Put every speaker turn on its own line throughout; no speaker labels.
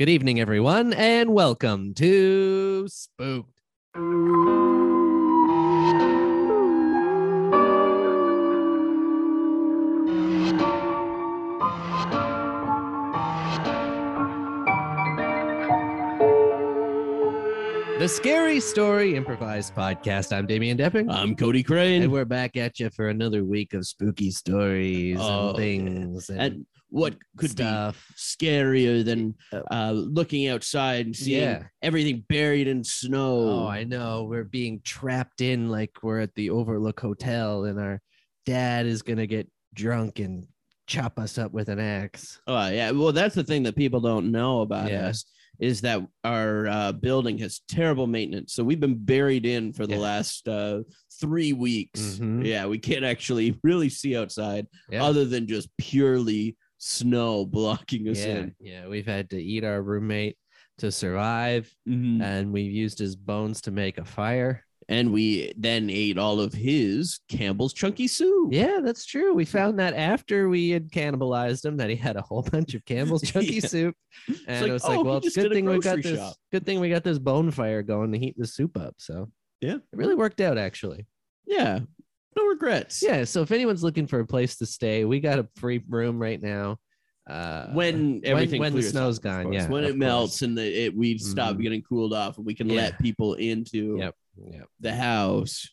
Good evening, everyone, and welcome to Spooked. The Scary Story Improvised Podcast. I'm Damian Depping.
I'm Cody Crane.
and we're back at you for another week of spooky stories
Oh,
and things and,
and what could
stuff. Oh.
be scarier than uh, looking outside and seeing
Yeah.
everything buried in snow?
Oh, I know. We're being trapped in like we're at the Overlook Hotel, and our dad is gonna get drunk and chop us up with an axe.
Oh, yeah. Well, that's the thing that people don't know about
Yeah.
us is that our uh, building has terrible maintenance. So we've been buried in for the
Yeah.
last uh, three weeks.
Mhm.
Yeah, we can't actually really see outside
Yeah.
other than just purely snow blocking us
yeah,
in.
yeah. We've had to eat our roommate to survive,
Mhm.
and we've used his bones to make a fire.
And we then ate all of his Campbell's Chunky Soup.
Yeah, that's true. We found that after we had cannibalized him, that he had a whole bunch of Campbell's Chunky
Yeah.
Soup, and
like,
it was
oh,
like,
he
well, it's
just
good
did a
thing we got
grocery
this.
shop.
Good thing we got this bone fire going to heat the soup up. So
Yeah.
it really worked out actually.
Yeah. No regrets.
Yeah. So if anyone's looking for a place to stay, we got a free room right now. Uh,
When everything
when the
clears up,
snow's
of
gone,
course.
yeah,
When
of
it
course.
melts and the, it we stop
Mhm.
getting cooled off and we can
Yeah.
let people into
Yep. yeah,
the house.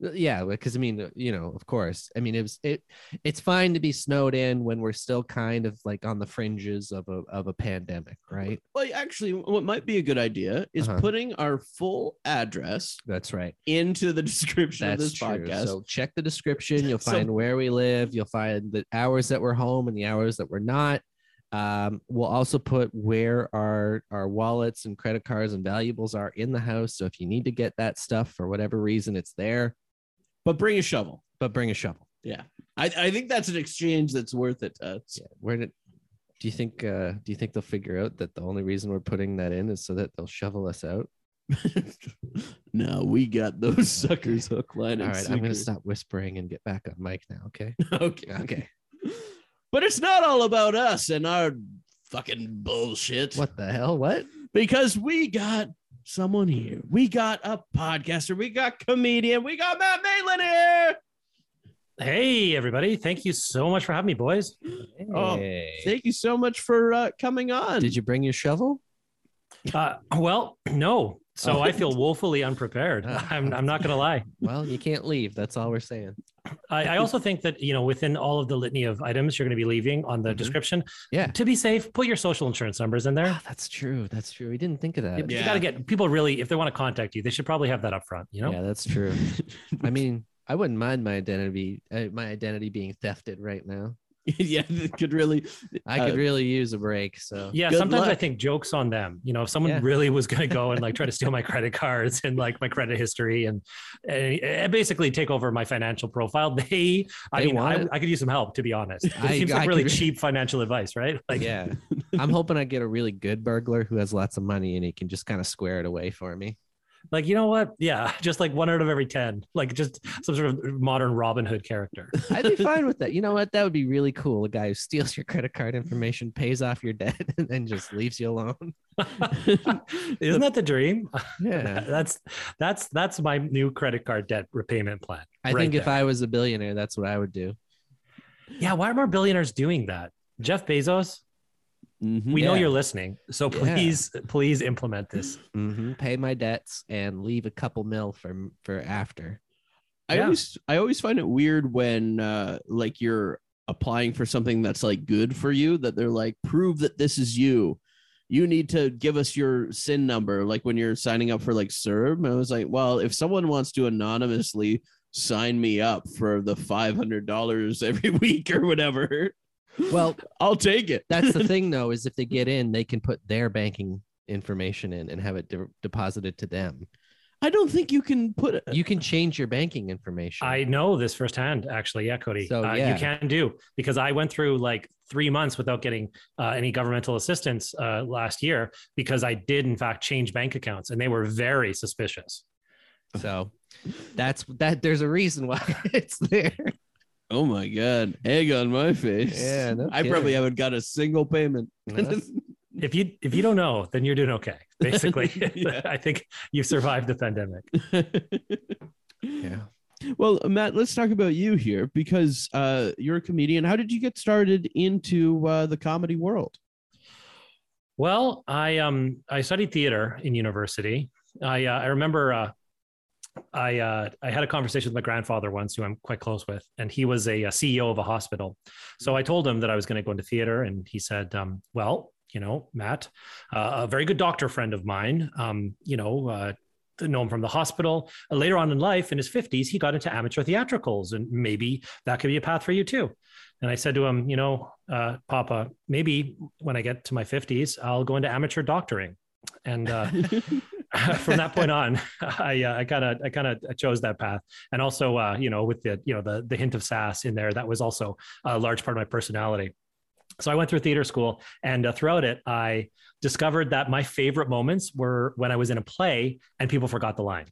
yeah. Because I mean, you know, of course. I mean, it was it. It's fine to be snowed in when we're still kind of like on the fringes of a of a pandemic, right?
Well, actually, what might be a good idea is
Uh-huh.
putting our full address
That's right.
into the description
That's
of this
true.
podcast.
So check the description. You'll
So-
find where we live. You'll find the hours that we're home and the hours that we're not. Um, we'll also put where our our wallets and credit cards and valuables are in the house. So if you need to get that stuff for whatever reason, it's there.
but bring a shovel.
But bring a shovel.
I, I think that's an exchange that's worth it to us.
Yeah. Where did do you think uh, do you think they'll figure out that the only reason we're putting that in is so that they'll shovel us out?
no, we got those suckers hook, line,
All
and
right, I'm gonna
sinker.
stop whispering and get back on mic now. Okay.
Okay.
Okay.
But it's not all about us and our fucking bullshit.
what the hell? What?
because we got someone here. We got a podcaster. We got comedian. We got Matt Maitland here.
Hey, everybody. Thank you so much for having me, boys.
Oh,
Hey.
Thank you so much for uh, coming on.
Did you bring your shovel?
Uh, well, no. So
Oh.
I feel woefully unprepared.
Ah.
I'm, I'm not going to lie.
Well, you can't leave. That's all we're saying.
I, I also think that, you know, within all of the litany of items you're going to be leaving on the
Mhm.
description,
Yeah.
to be safe, put your social insurance numbers in there.
Ah, that's true. That's true. We didn't think of that.
You-
Yeah.
You got to get people really, if they want to contact you, they should probably have that up front, you know?
Yeah, that's true. I mean, I wouldn't mind my identity uh, my identity being thefted right now.
yeah, that could really.
I
Uh,
could really use a break. So
Yeah,
Good
sometimes I
luck.
think jokes on them. You know, if someone
Yeah.
really was going to go and like try to steal my credit cards and like my credit history and, and, and basically take over my financial profile, they, I
They
mean,
want
I,
it.
I could use some help to be honest. It
I-
seems
I
like really
could-
cheap financial advice, right? Like,
yeah. I'm hoping I get a really good burglar who has lots of money and he can just kind of square it away for me.
like you know what? Yeah, just like one out of every ten, like just some sort of modern Robin Hood character.
I'd be fine with that. You know what? That would be really cool. A guy who steals your credit card information, pays off your debt, and then just leaves you alone.
Isn't that the dream?
Yeah.
That's that's that's my new credit card debt repayment plan.
I
right
think if
there.
I was a billionaire, that's what I would do.
yeah, why are more billionaires doing that? Jeff Bezos,
mm-hmm.
we know
Yeah.
you're listening, so
Yeah.
please please implement this.
hmm Pay my debts and leave a couple mil for for after.
I
Yeah.
always I always find it weird when uh like you're applying for something that's like good for you that they're like prove that this is you. You need to give us your sin number like when you're signing up for like CERB. I was like, well, if someone wants to anonymously sign me up for the $500 every week or whatever,
Well,
I'll take it.
that's the thing though is if they get in, they can put their banking information in and have it de- deposited to them.
I don't think you can put it.
You can change your banking information.
I know this firsthand, actually. Yeah, Cody.
So,
uh,
yeah.
You can do because I went through like three months without getting uh, any governmental assistance uh, last year because I did, in fact, change bank accounts and they were very suspicious.
so that's that there's a reason why it's there.
Oh my god, egg on my face.
Yeah, no
I probably
kidding.
haven't got a single payment.
No.
If you if you don't know, then you're doing okay. Basically,
Yeah.
I think you've survived the pandemic.
yeah. Well, Matt, let's talk about you here because uh, you're a comedian. How did you get started into uh, the comedy world?
Well, I um I studied theater in university. I uh, I remember uh, I uh, I had a conversation with my grandfather once, who I'm quite close with, and he was a, uh CEO of a hospital. So I told him that I was going to go into theater, and he said, um, "Well, you know, Matt, uh, a very good doctor friend of mine, um, you know." Uh, know him from the hospital. Uh, Later on in life, in his 50s, he got into amateur theatricals, and maybe that could be a path for you too. And I said to him, you know, uh, Papa, maybe when I get to my 50s, I'll go into amateur doctoring. And uh, from that point on, I uh, I kind of I kind of chose that path, and also uh, you know with the you know the the hint of sass in there, that was also a large part of my personality. So I went through theater school, and uh, throughout it, I discovered that my favorite moments were when I was in a play and people forgot the line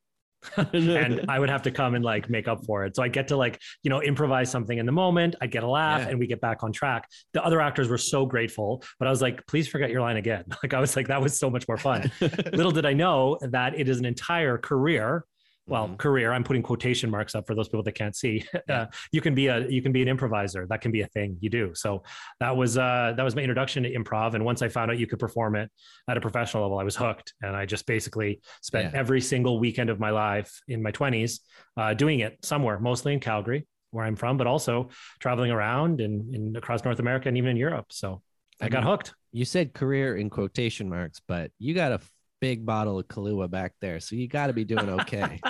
and I would have to come and like make up for it. So I get to like, you know, improvise something in the moment. I get a laugh
Yeah.
and we get back on track. The other actors were so grateful, but I was like, please forget your line again. Like I was like, that was so much more fun. Little did I know that it is an entire career. Well,
Mhm.
career. I'm putting quotation marks up for those people that can't see. Uh, you can be a you can be an improviser. That can be a thing you do. So that was uh, that was my introduction to improv. And once I found out you could perform it at a professional level, I was hooked. And I just basically spent
Yeah.
every single weekend of my life in my 20s uh, doing it somewhere, mostly in Calgary, where I'm from, but also traveling around and, and across North America and even in Europe. So I got
mean,
hooked.
You said career in quotation marks, but you got a f- big bottle of Kahlua back there, so you got to be doing okay.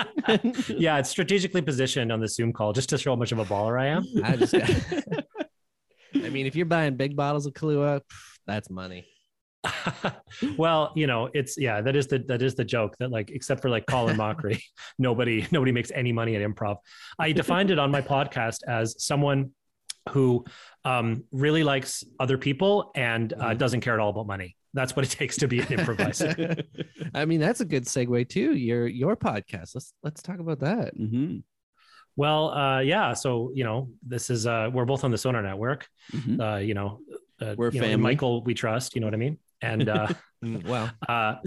yeah, it's strategically positioned on the Zoom call just to show how much of a baller I am.
I just, I mean, if you're buying big bottles of Kahlua, pff, that's money.
well, you know, it's yeah, that is the that is the joke that like except for like Colin Mockery, nobody nobody makes any money at improv. I defined it on my podcast as someone who um, really likes other people and uh,
Mm-hmm.
Mhm.
doesn't care at all about money. That's what it takes to be an improviser.
I mean, that's a good segue too. Your your podcast. Let's let's talk about that.
Mhm,
well, uh, yeah, so you know, this is uh, we're both on the Sonar Network.
mhm.
Uh, you know, uh,
We're
you know, in
family.
Michael, we trust. You know what I mean? And uh,
Mm, Well,
uh,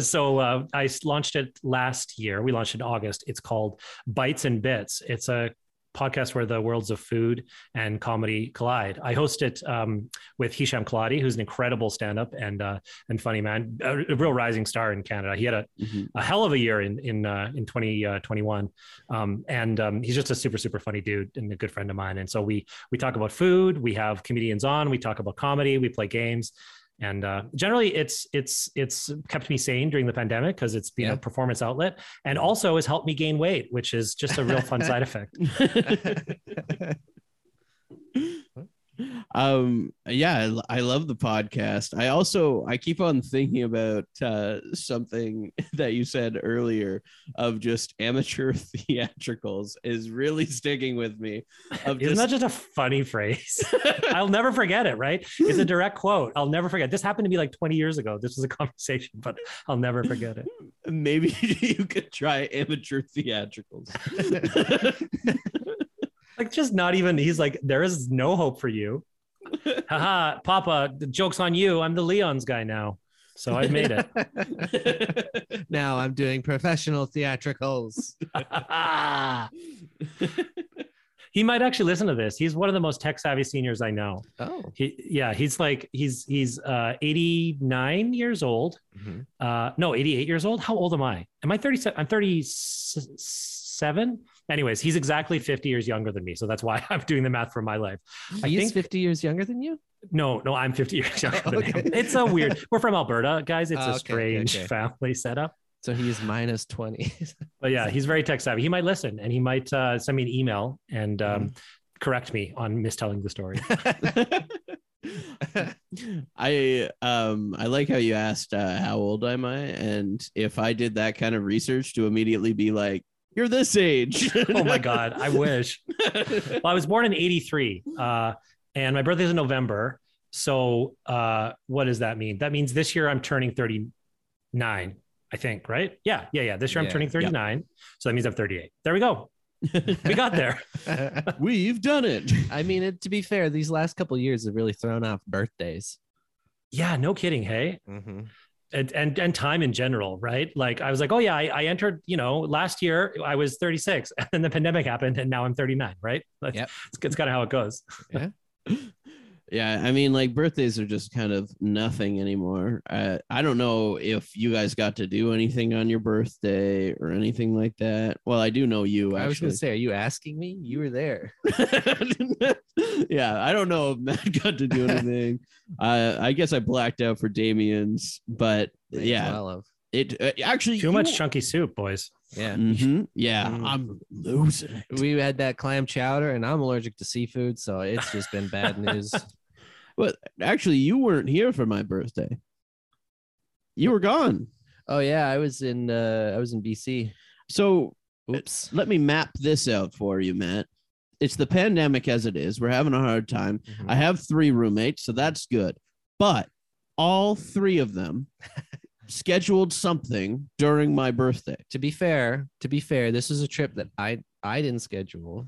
so uh, I s- launched it last year. We launched it in August. It's called Bites and Bits. It's a podcast where the worlds of food and comedy collide. I host it um, with Hisham Kaladi, who's an incredible stand-up and uh, and funny man, a, a real rising star in Canada. He had a,
Mhm.
a hell of a year in in uh, in 2021, um, and um, he's just a super super funny dude and a good friend of mine. And so we we talk about food. We have comedians on. We talk about comedy. We play games and uh, generally it's it's it's kept me sane during the pandemic because it's been
Yeah.
a performance outlet and also has helped me gain weight which is just a real fun side effect
mm-hmm. um yeah I, l- I love the podcast i also i keep on thinking about uh something that you said earlier of just amateur theatricals is really sticking with me of
isn't
just,
that just a funny phrase i'll never forget it right it's a direct quote i'll never forget this happened to me like 20 years ago this was a conversation but i'll never forget it
maybe you could try amateur theatricals
like just not even he's like there is no hope for you haha papa the joke's on you i'm the leon's guy now so i've made it
now I'm doing professional theatricals.
he might actually listen to this he's one of the most tech savvy seniors i know
Oh,
He, yeah, he's like he's he's uh 89 years old.
mhm.
Uh no, 88 years old. How old am I? Am I 37? I'm 37. Anyways, he's exactly 50 years younger than me. So that's why I'm doing the math for my life. I
he's
think-
50 years younger than you.
No, no, I'm 50 years younger than
Okay.
him. It's a weird. We're from Alberta, guys. It's
Oh, okay,
a
okay,
strange
okay.
family setup.
So he is minus 20. Mm-hmm.
But yeah, he's very tech savvy. He might listen and he might uh, send me an email and um, correct me on mistelling the story.
I um I like how you asked uh, how old am I and if I did that kind of research to immediately be like you're this age.
oh my god, I wish. Well, I was born in '83, uh, and my birthday's in November. So uh, what does that mean? That means this year I'm turning 39. I think, right? Yeah, yeah, yeah. This year I'm
Yeah,
turning
yeah.
39, so that means I'm 38. There we go. We got there.
We've done it.
I mean, it, to be fair, these last couple of years have really thrown off birthdays.
yeah, no kidding. Hey, and and and time in general, right? Like I was like, oh yeah, I, I entered, you know, last year I was 36, and then the pandemic happened, and now I'm 39, right? Like,
Yep.
it's, it's kind of how it goes.
Yeah, I mean, like birthdays are just kind of nothing anymore. I I don't know if you guys got to do anything on your birthday or anything like that. Well, I do know you
I was
actually.
going to say, are you asking me? You were there.
yeah, I don't know if Matt got to do anything. uh, I guess I blacked out for Damien's, but
May as
yeah,
well have.
it uh, actually
Too much chunky soup, boys.
Yeah.
Mhm. Yeah,
Mm.
I'm losing it.
We had that clam chowder, and I'm allergic to seafood, so it's just been bad news.
Actually, you weren't here for my birthday. You were gone.
oh yeah, I was in uh, I was in BC.
So
Oops.
let me map this out for you, Matt. It's the pandemic as it is. We're having a hard time. I have three roommates, so that's good. But all three of them scheduled something during my birthday.
to be fair, to be fair, this was a trip that I I didn't schedule.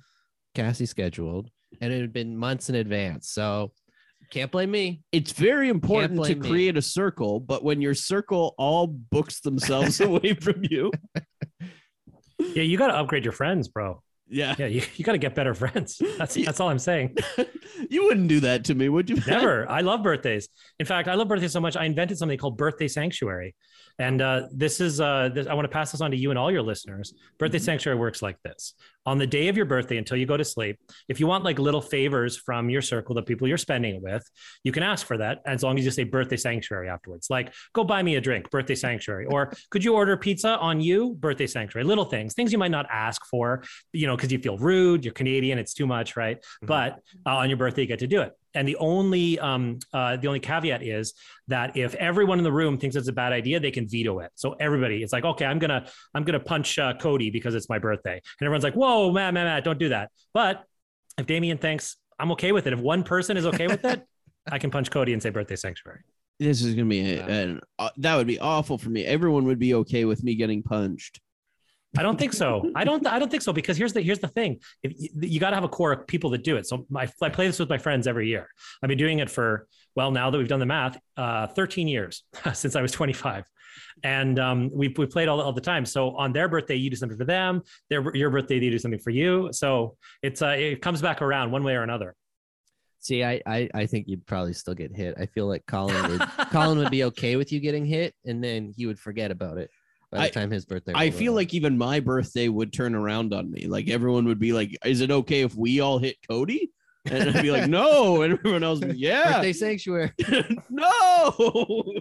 Cassie scheduled, and it had been months in advance, so can't blame me.
It's very important to
blame me.
create a circle, but when your circle all books themselves away from you,
Yeah, you got to upgrade your friends, bro.
yeah,
Yeah, you, you got to get better friends. That's
Yeah.
that's all I'm saying.
you wouldn't do that to me, would you? Matt?
Never. I love birthdays. In fact, I love birthdays so much. I invented something called Birthday Sanctuary, and uh, this is uh, this, I want to pass this on to you and all your listeners. Birthday Sanctuary works like this: on the day of your birthday, until you go to sleep, if you want like little favors from your circle, the people you're spending it with, you can ask for that as long as you say Birthday Sanctuary afterwards. Like, go buy me a drink, Birthday Sanctuary, or could you order pizza on you, Birthday Sanctuary? Little things, things you might not ask for, you know, because you feel rude, you're Canadian, it's too much, right?
Mhm.
But uh, on your birthday you get to do it and the only um, uh, the only caveat is that if everyone in the room thinks it's a bad idea they can veto it so everybody it's like okay i'm gonna i'm gonna punch uh, cody because it's my birthday and everyone's like whoa man man man don't do that but if damien thinks i'm okay with it if one person is okay with it i can punch cody and say birthday sanctuary
This is gonna be a,
Wow.
an, uh, that would be awful for me. Everyone would be okay with me getting punched.
I don't think so. I don't. I don't think so because here's the here's the thing. If you, you got to have a core of people that do it. So my, I play this with my friends every year. I've been doing it for well now that we've done the math, uh, 13 years since I was 25, and um, we we played all, all the time. So on their birthday, you do something for them. Their your birthday, they do something for you. So it's uh, it comes back around one way or another.
See, I, I I think you'd probably still get hit. I feel like Colin would Colin would be okay with you getting hit, and then he would forget about it by the
I-
time his birthday.
I
rolled
feel
around.
like even my birthday would turn around on me. Like everyone would be like, "Is it okay if we all hit Cody?" And I'd be like, "No," and everyone else, would be, "Yeah,
birthday sanctuary.
no."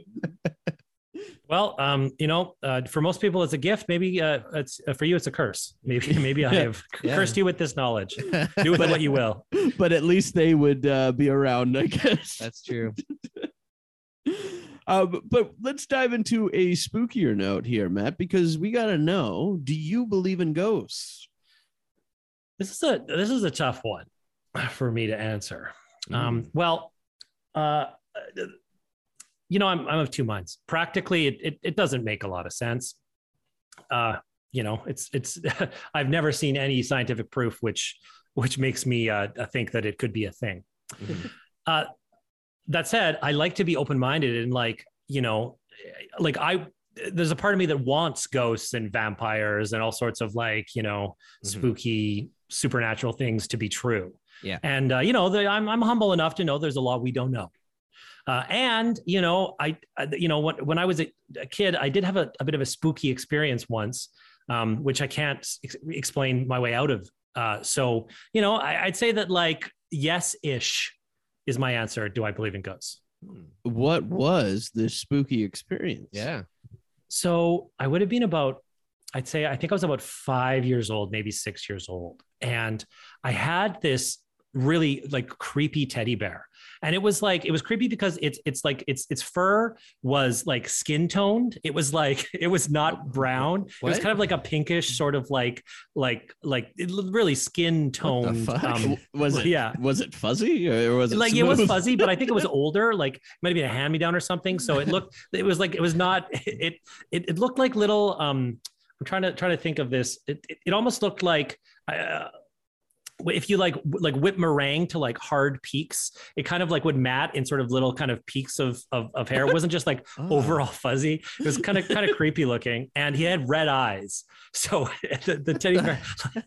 Well, um, you know, uh, for most people, it's a gift. Maybe uh, it's uh, for you, it's a curse. Maybe maybe I have
Yeah.
cursed you with this knowledge. Do with it what you will.
but at least they would uh, be around, I guess.
That's true.
um, but let's dive into a spookier note here, Matt, because we gotta know: Do you believe in ghosts?
This is a this is a tough one for me to answer.
Mm.
Um, well, uh, you know, I'm I'm of two minds. Practically, it it, it doesn't make a lot of sense. Uh, you know, it's it's I've never seen any scientific proof which which makes me uh, think that it could be a thing.
Mhm.
Uh, that said, I like to be open minded and like you know, like I there's a part of me that wants ghosts and vampires and all sorts of like you know
Mhm.
spooky supernatural things to be true.
Yeah.
And uh, you know, the, I'm I'm humble enough to know there's a lot we don't know. Uh, and you know, I, I you know when when I was a, a kid, I did have a, a bit of a spooky experience once, um, which I can't ex- explain my way out of. Uh, so you know, I, I'd say that like yes ish is my answer. Do I believe in ghosts?
What was this spooky experience?
Yeah.
So I would have been about, I'd say, I think I was about five years old, maybe six years old. And I had this really like creepy teddy bear and it was like it was creepy because it's it's like it's its fur was like skin toned it was like it was not brown it was
What?
kind of like a pinkish sort of like like like it l- really skin toned
fuck?
um,
was it?
yeah.
Was it fuzzy or was it
like it was
smooth?
fuzzy but i think it was older like it might have been a hand me down or something so it looked it was like it was not it it, it looked like little um i'm trying to trying to think of this it, it, it almost looked like uh, if you like like whip meringue to like hard peaks it kind of like would mat in sort of little kind of peaks of of, of hair it wasn't just like overall fuzzy it was kind of kind of creepy looking and he had red eyes so the, the teddy bear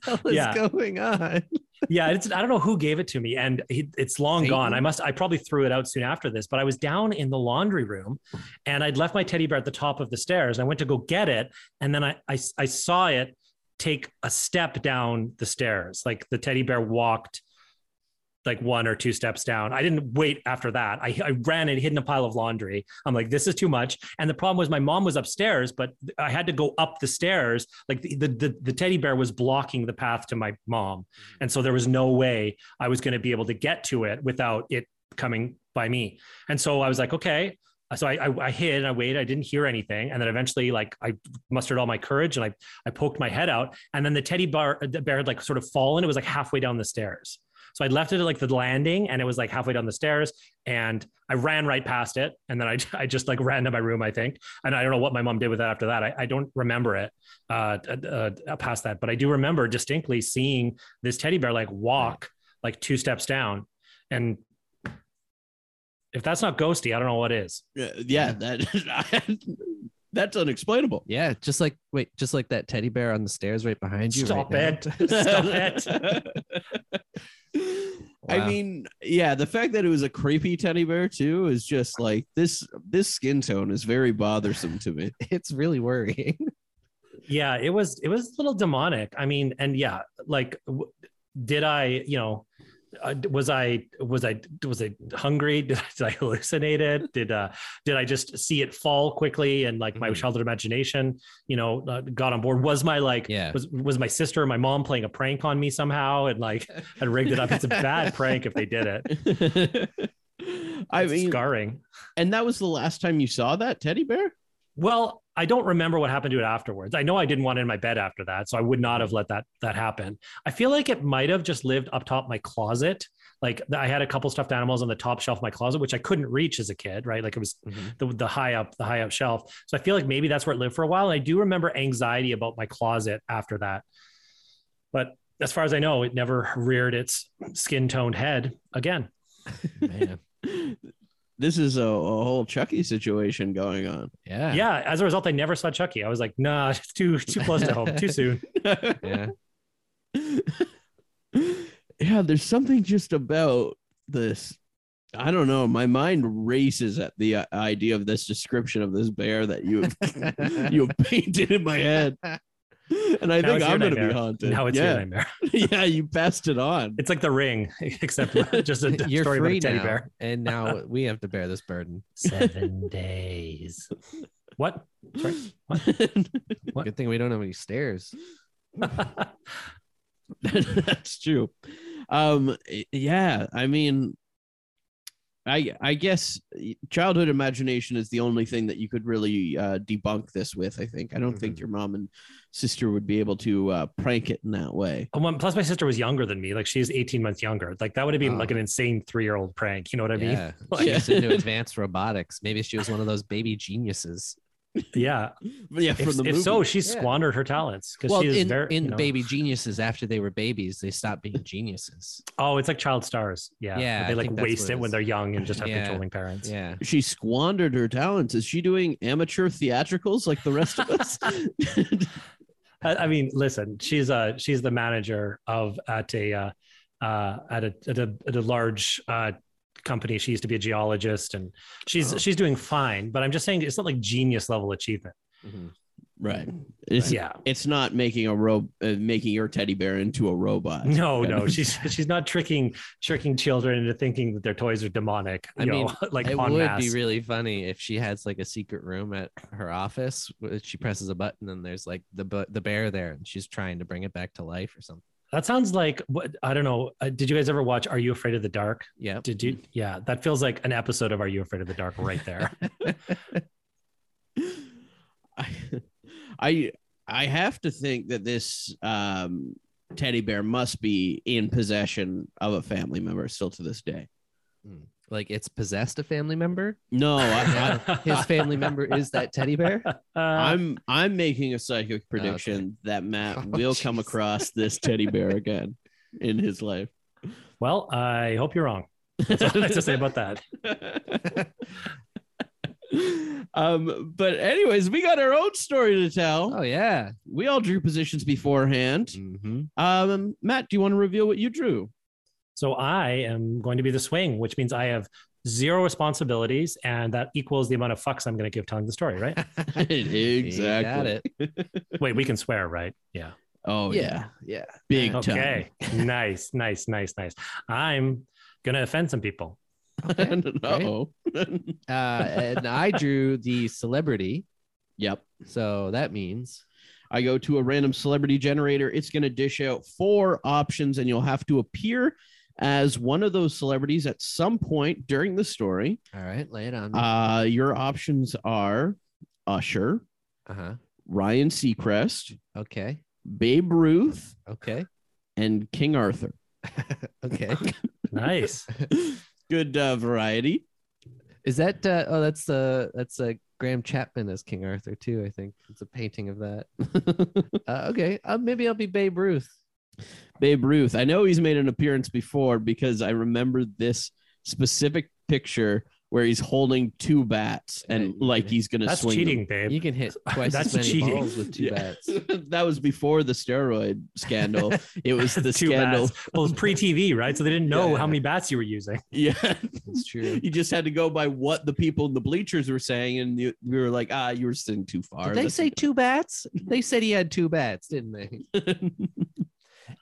What is
Yeah.
going on?
yeah it's, i don't know who gave it to me and he, it's long
Satan?
gone i must i probably threw it out soon after this but i was down in the laundry room and i'd left my teddy bear at the top of the stairs i went to go get it and then i i, I saw it take a step down the stairs like the teddy bear walked like one or two steps down. I didn't wait after that. I, I ran and hid in a pile of laundry. I'm like, this is too much. And the problem was my mom was upstairs, but I had to go up the stairs. Like the the, the, the teddy bear was blocking the path to my mom. And so there was no way I was going to be able to get to it without it coming by me. And so I was like, okay. So I, I, I hid and I waited. I didn't hear anything. And then eventually, like I mustered all my courage and I, I poked my head out. And then the teddy bear, the bear had like sort of fallen. It was like halfway down the stairs. So I left it at like the landing and it was like halfway down the stairs and I ran right past it. And then I, I just like ran to my room, I think. And I don't know what my mom did with that after that. I, I don't remember it uh, uh, uh, past that, but I do remember distinctly seeing this teddy bear like walk like two steps down. And if that's not ghosty, I don't know what is.
Uh, yeah, that that's unexplainable.
Yeah, just like wait, just like that teddy bear on the stairs right behind you.
Stop
right
it. Stop it.
now.
I
Wow.
mean, yeah, the fact that it was a creepy teddy bear too is just like this. This skin tone is very bothersome to me.
it's really worrying.
yeah it was it was a little demonic i mean and yeah like w- did i you know uh, was i was i was i hungry did I, did I hallucinate it did uh did i just see it fall quickly and like my
Mhm.
childhood imagination you know uh, got on board was my like
Yeah.
was was my sister or my mom playing a prank on me somehow and like had rigged it up it's a bad prank if they did it
I
It's
mean,
scarring
and that was the last time you saw that teddy bear.
Well, I don't remember what happened to it afterwards. I know I didn't want it in my bed after that, so I would not have let that that happen. I feel like it might have just lived up top my closet. Like th- I had a couple stuffed animals on the top shelf of my closet, which I couldn't reach as a kid, right? Like it was
Mm-hmm.
the, the high up, the high up shelf. So I feel like maybe that's where it lived for a while. And I do remember anxiety about my closet after that. But as far as I know, it never reared its skin toned head again.
Man,
This is a, a whole Chucky situation going on.
yeah,
Yeah. As a result, I never saw Chucky. I was like, nah, it's too too close to home, too soon.
yeah.
yeah, there's something just about this. I don't know. My mind races at the uh, idea of this description of this bear that you have, you have painted in my head, and I
Now
think
it's your
I'm going to be
nightmare.
haunted.
Now it's your
yeah,
nightmare.
yeah, you passed it on.
It's like the ring, except just a d-
You're
story about
free
a teddy
now,
bear.
and now we have to bear this burden.
Seven days. What? Sorry. What?
Good thing we don't have any stairs.
Oh,
That's true. Um, y- yeah, I mean, I I guess childhood imagination is the only thing that you could really uh, debunk this with. I think I don't
Mm-hmm.
think your mom and sister would be able to uh, prank it in that way.
And one- plus, my sister was younger than me. Like she's 18 months younger. Like that would have been
Oh.
like an insane three year old prank. You know what I mean? Yeah.
yeah,
like-
she was into advanced robotics. Maybe she was one of those baby geniuses.
But yeah,
If,
from the
if
movie.
so, she
Yeah.
squandered her talents because
Well,
she is
in,
very
in
you know-
baby geniuses, after they were babies, they stopped being geniuses.
Oh, it's like child stars. Yeah.
Yeah,
where
I
They like
think that's
waste
what it
it when
is.
they're young and just have
Yeah.
controlling parents.
Yeah,
she squandered her talents. Is she doing amateur theatricals like the rest of us?
I, I mean, listen, she's uh she's the manager of at a uh, uh at a at a, at a large uh company. She used to be a geologist, and she's
Oh.
she's doing fine. But I'm just saying, it's not like genius level achievement.
Mhm.
right.
Mm-hmm.
It's
Yeah,
it's not making a robe, uh, making your teddy bear into a robot.
no,
Kind
no,
of-
she's she's not tricking tricking children into thinking that their toys are demonic.
I
You know,
mean,
like
it
en
would
masse.
be really funny if she has like a secret room at her office. where She presses a button and there's like the bu- the bear there, and she's trying to bring it back to life or something.
That sounds like what I don't know. Uh, did you guys ever watch Are You Afraid of the Dark?
Yeah.
Did you? Yeah, that feels like an episode of Are You Afraid of the Dark right there.
I, I I have to think that this um, teddy bear must be in possession of a family member still to this day.
Like it's possessed a family member.
No, Oh, I,
His family member is that teddy bear.
I,
Uh,
am I'm making a psychic prediction that Matt
Oh,
will come
jeez.
across this teddy bear again in his life.
well, I hope you're wrong. That's all I have to say about that.
um, but anyways, we got our own story to tell.
Oh yeah.
We all drew positions beforehand.
Mm-hmm.
Um, Matt, do you want to reveal what you drew?
So I am going to be the swing, which means I have zero responsibilities, and that equals the amount of fucks I'm going to give telling the story. Right?
Got it.
Wait, we can swear, right? Yeah.
Oh yeah,
yeah. Yeah.
big time.
Okay. nice, nice, nice, nice. I'm gonna offend some people.
Uh-oh.
Uh, and I drew the celebrity.
yep.
So that means
I go to a random celebrity generator. It's going to dish out four options, and you'll have to appear as one of those celebrities at some point during the story.
all right. Lay it on.
Mm-hmm.
me.
Uh, your options are Usher,
Uh-huh.
Ryan Seacrest,
Okay.
Babe Ruth,
Okay.
and King Arthur.
Okay.
Nice.
Good uh, variety.
Is that uh, oh that's uh that's uh, Graham Chapman as King Arthur too, I think. It's a painting of that. uh, okay. Uh, maybe I'll be Babe Ruth.
Babe Ruth. I know he's made an appearance before because I remember this specific picture where he's holding two bats and
Yeah,
like he's going to
That's
swing. them.
cheating, babe.
You can hit twice as
That's
many
cheating.
balls with two
Yeah.
bats.
that was before the steroid scandal. It was the
Two
scandal.
bats. Well, it's pre-TV, right? So they didn't know
Yeah, yeah.
how many bats you were using.
Yeah,
It's true.
you just had to go by what the people in the bleachers were saying, and you, we were like, ah, you were sitting too far.
Did they
This-
say two bats? They said he had two bats, didn't they? And-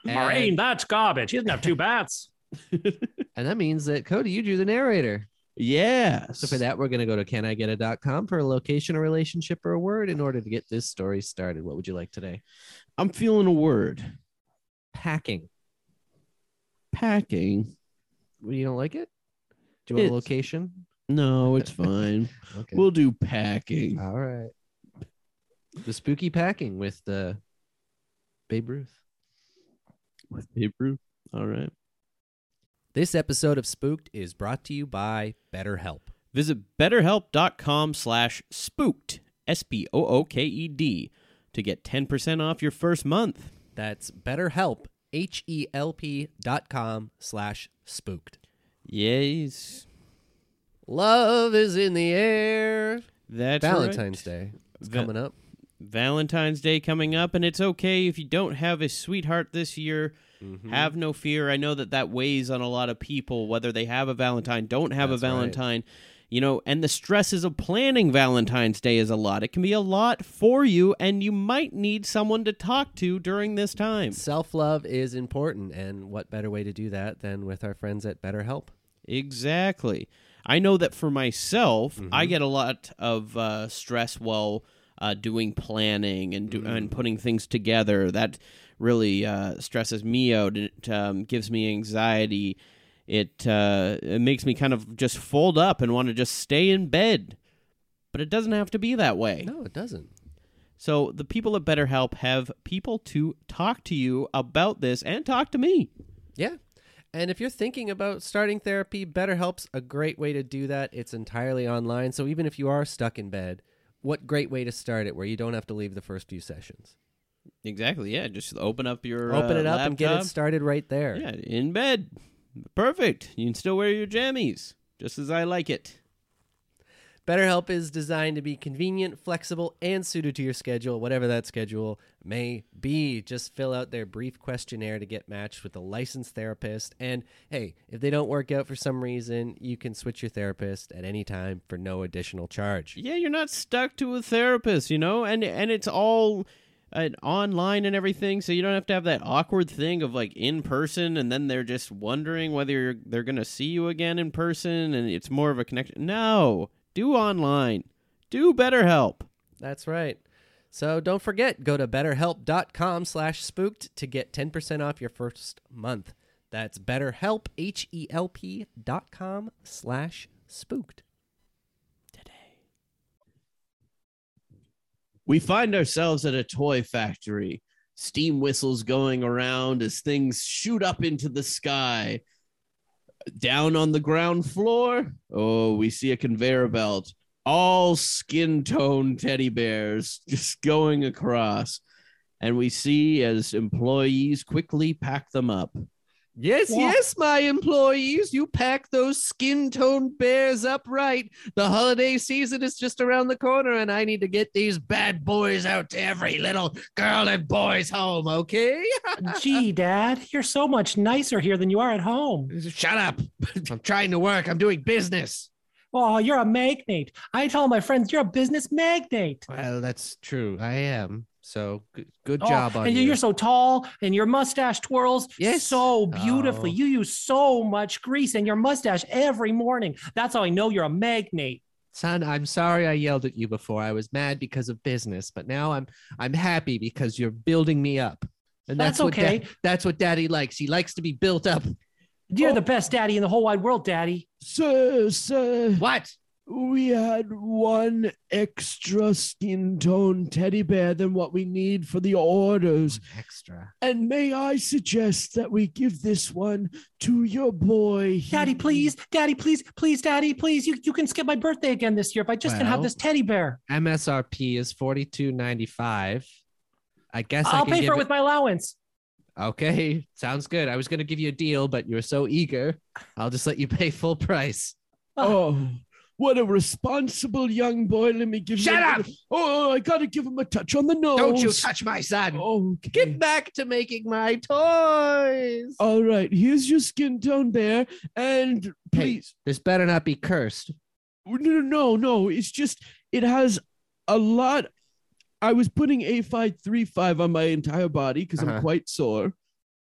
Maureen, that's garbage. He doesn't have two bats.
And that means that Cody, you drew the narrator.
yeah.
So for that, we're going to go to canigeta.com for a location, a relationship, or a word in order to get this story started. What would you like today?
I'm feeling a word
Packing.
packing.
You don't like it? Do you want
It's-
a location?
No, it's fine.
Okay. Uh,
we'll do packing.
All right. The spooky packing with the Babe Ruth.
With Babe Ruth. All right.
This episode of Spooked is brought to you by BetterHelp.
Visit betterhelp.com slash spooked, S P O O K E D, to get 10% off your first month.
That's BetterHelp, H E L P dot com slash spooked.
Yes.
Love is in the air.
That's
Valentine's
right.
Day. It's
Va-
coming up.
Valentine's Day coming up, and it's okay if you don't have a sweetheart this year.
Mm-hmm.
Have no fear. I know that that weighs on a lot of people, whether they have a Valentine, don't have
That's
a
right.
Valentine, you know, and the stresses of planning Valentine's Day is a lot. It can be a lot for you, and you might need someone to talk to during this time.
Self love is important, and what better way to do that than with our friends at BetterHelp?
Exactly. I know that for myself, I get a lot of uh, stress while uh, doing planning and do- and putting things together. That really uh, stresses me out. It um, gives me anxiety. It uh, it makes me kind of just fold up and want to just stay in bed. But it doesn't have to be that way.
No, it doesn't.
So the people at BetterHelp have people to talk to you about this and talk to me.
Yeah. And if you're thinking about starting therapy, BetterHelp's a great way to do that. It's entirely online. So even if you are stuck in bed, what great way to start it where you don't have to leave the first few sessions?
Exactly. Yeah. Just open up your
Open
uh,
it up and get it
laptop.
started right there.
Yeah, in bed. Perfect. You can still wear your jammies, just as I like it.
BetterHelp is designed to be convenient, flexible, and suited to your schedule, whatever that schedule may be. Just fill out their brief questionnaire to get matched with a licensed therapist. And hey, if they don't work out for some reason, you can switch your therapist at any time for no additional charge.
Yeah, you're not stuck to a therapist, you know, and and it's all uh, online and everything, so you don't have to have that awkward thing of like in person, and then they're just wondering whether you're, they're gonna see you again in person, and it's more of a connection. No, do online, do BetterHelp.
That's right.
So don't forget, go to betterhelp.com slash spooked to get 10% off your first month. That's betterhelp,
E
H-E-L-P dot com slash spooked.
We find ourselves at a toy factory, steam whistles going around as things shoot up into the sky. Down on the ground floor, oh, we see a conveyor belt, all skin tone teddy bears just going across. And we see as employees quickly pack them up. Yes, yes, my employees, you pack those skin tone bears up right. The holiday season is just around the corner, and I need to get these bad boys out to every little girl and boy's home, okay?
Gee, Dad, you're so much nicer here than you are at home.
Shut up. I'm trying to work, I'm doing business.
Oh, you're a magnate. I tell my friends you're a business magnate.
Well, that's true. I am. So good, good
Oh,
job on
and
you.
you're so tall, and your mustache twirls
Yes.
so beautifully.
Oh.
You use so much grease in your mustache every morning. That's how I know you're a magnate.
Son, I'm sorry I yelled at you before. I was mad because of business, but now I'm I'm happy because you're building me up. And that's,
That's
what da-
okay.
that's what daddy likes. He likes to be built up.
You're
Oh.
the best daddy in the whole wide world, Daddy.
Sir, sir,
What?
we had one extra skin tone teddy bear than what we need for the orders.
Extra.
And may I suggest that we give this one to your boy?
Mm-hmm.
Daddy, please, Daddy, please, please, Daddy, please. You you can skip my birthday again this year if I just can have
Well,
this teddy bear.
MSRP is forty two ninety five. I guess I
I'll
can
pay
give
for it with my allowance.
Okay, sounds good. I was gonna give you a deal, but you were so eager. I'll just let you pay full price.
Oh, what a responsible young boy. Let me give
Shut
you. a
up!
little- Oh, I gotta give him a touch on the nose.
Don't you touch my son.
Oh,
Get back to making my toys.
Oh.
All right, here's your skin tone bear, and
Hey.
please,
This better not be cursed.
no, no, no, no. It's just it has a lot. I was putting a five three five on my entire body because
Uh-huh.
I'm quite sore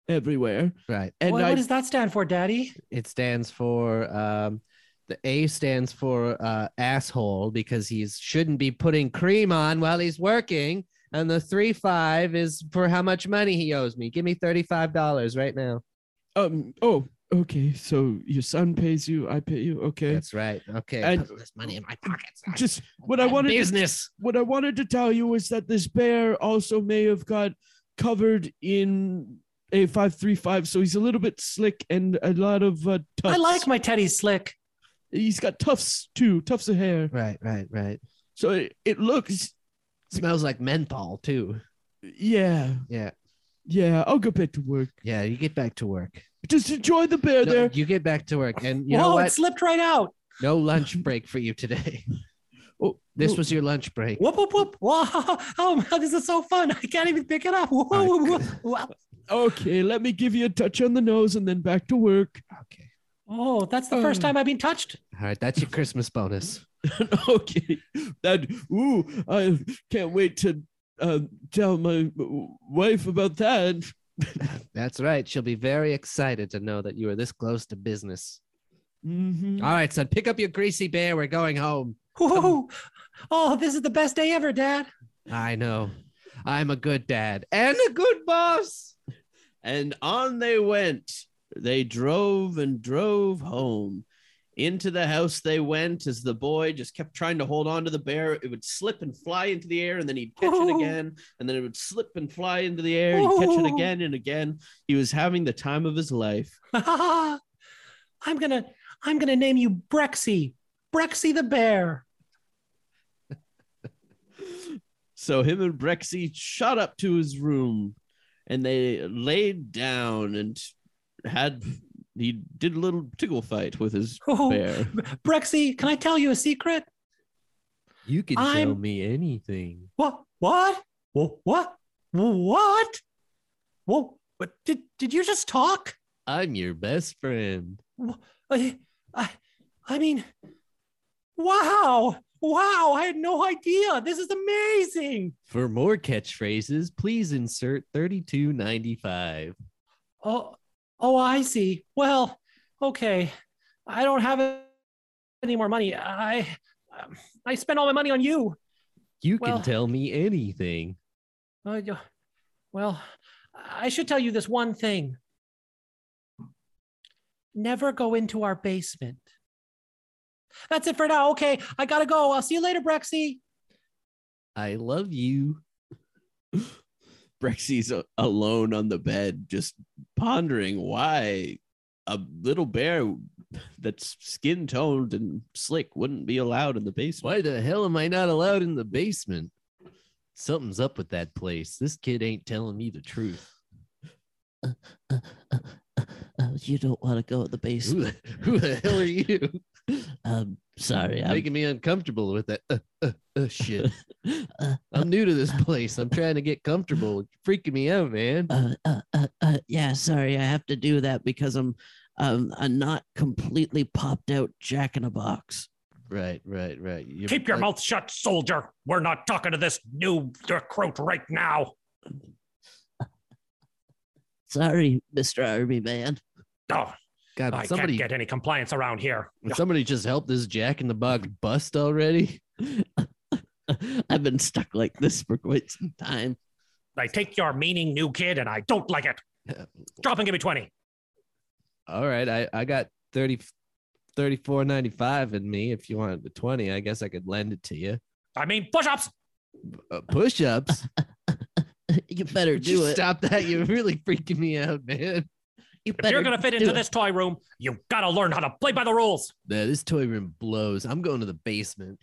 everywhere,
Right.
and
what,
I
what does that stand for, Daddy?
It stands for um, the A stands for uh, asshole because he shouldn't be putting cream on while he's working. And the three five is for how much money he owes me. Give me thirty five dollars right now.
um oh okay. So your son pays you, I pay you. Okay,
That's right. Okay.
And-
put this money in my pockets.
just what I wanted. to-
business.
what I wanted to tell you is that this bear also may have got covered in a five three five, so he's a little bit slick and a lot of uh, tufts.
I like my teddy slick.
He's got tufts too, tufts of hair.
Right. Right. Right.
So it, it looks,
Smells like menthol too.
yeah,
Yeah.
yeah. I'll go back to work.
Yeah. You get back to work.
Just enjoy the bear
No,
there.
you get back to work, and you know
Whoa, it
what?
slipped right out.
No lunch break for you today.
Oh,
This
oh,
was your lunch break.
Whoop whoop whoop. Wow. Oh man, this is so fun. I can't even pick it up. Whoa,
I
whoa, whoa, whoa.
okay. Let me give you a touch on the nose and then back to work.
Okay.
Oh, that's the first
Oh.
time I've been touched.
All right. That's your Christmas bonus.
okay. That ooh, I can't wait to uh, tell my wife about that.
That's right. She'll be very excited to know that you are this close to business.
Mhm.
All right, son, pick up your greasy bear. We're going home. Um,
Whoa. Oh, this is the best day ever, Dad.
I know. I'm a good dad and a good boss.
And on they went. They drove and drove home. Into the house they went as the boy just kept trying to hold on to the bear. It would slip and fly into the air, and then he'd catch it
Ooh.
again, and then it would slip and fly into the air, and he'd catch it
Ooh.
again and again. He was having the time of his life.
I'm gonna I'm gonna name you Brexy. Brexy the bear.
So him and Brexy shot up to his room, and they laid down and had he did a little tickle fight with his
Oh,
bear.
Brexy, can I tell you a secret?
You can
tell I'm-
me anything.
What? What? Wha- What? What? Whoa! What? Did Did you just talk?
I'm your best friend.
I, I, I mean, wow! Wow! I had no idea. This is amazing.
For more catchphrases, please insert 3295.
Oh, oh, I see. Well, okay. I don't have any more money. I, um, I spent all my money on you.
You
Well-
can tell me anything.
Oh, yeah. well, I should tell you this one thing. Never go into our basement. That's it for now. Okay, I gotta go. I'll see you later, Brexy.
I love you.
Brexy's a- alone on the bed, just pondering why a little bear that's skin toned and slick wouldn't be allowed in the basement.
Why the hell am I not allowed in the basement? Something's up with that place. This kid ain't telling me the truth.
Uh, you don't want to go at the
Who the, who the hell are you?
Um, sorry,
Making me uncomfortable with that uh, uh, uh, shit.
uh,
I'm new to this place. I'm trying to get comfortable. You're freaking me out, man.
uh, uh, uh, uh, yeah, sorry, I have to do that because I'm, um, I'm not completely popped out Jack in a box.
Right, right, right. You're
Keep your
like-
mouth shut, soldier. We're not talking to this new recruit right now.
Sorry, Mister Army Man.
Oh,
God,
I
somebody,
can't get any compliance around here.
would somebody just help this Jack in the Box bust already.
I've been stuck like this for quite some time.
I take your meaning, new kid, and I don't like it. Drop and give me 20.
All right, I I got 30 34.95 in me. If you wanted the twenty, I guess I could lend it to you.
I mean, push ups.
Uh, push-ups.
You better
Would you
do it.
Stop that! You're really freaking me out, man.
You
If
better.
you're going to fit
do
into
it.
this toy room, you got to learn how to play by the rules.
Nah, this toy room blows. I'm going to the basement.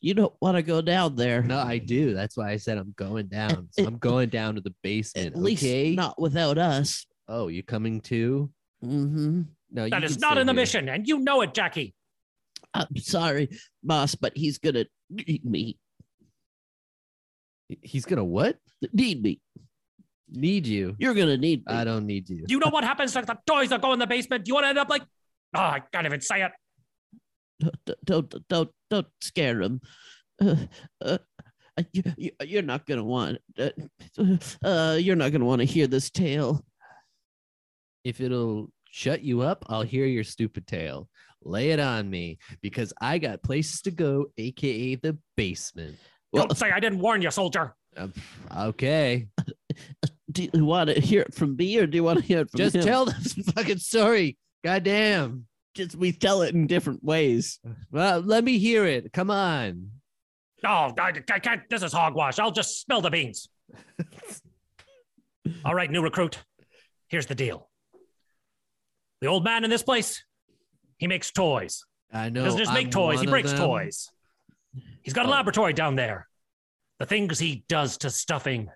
You don't want to go down there.
No, I do. That's why I said I'm going down. So
it-
I'm going down to the basement.
At least
okay.
not without us.
Oh, you coming too?
hmm
No,
That
you
is
can
not
stay
in the
here.
mission, and you know it, Jackie.
I'm sorry, boss, but he's gonna need me.
He's gonna what?
Need me.
Need you?
You're gonna need me.
I don't need you.
You know what happens to the toys that go in the basement? You want to end up like, oh, I can't even say it.
don't don't don't, don't scare him. Uh, uh, you, you, you're not gonna want. Uh, uh, you're not gonna want to hear this tale.
If it'll shut you up, I'll hear your stupid tale. Lay it on me because I got places to go, aka the basement.
Well,
Don't say I didn't warn you, soldier.
Um, okay,
do you want to hear it from me, or do you want to hear it from
just
him?
tell the fucking story. Goddamn.
Just we tell it in different ways.
Well, let me hear it. Come on.
Oh, I, I can't. This is hogwash. I'll just spill the beans. All right, new recruit. Here's the deal. The old man in this place, he makes toys.
I know.
Doesn't just make
I'm
toys,
one
he
of
breaks
them.
toys. He's got a
Oh.
laboratory down there. The things he does to stuffing,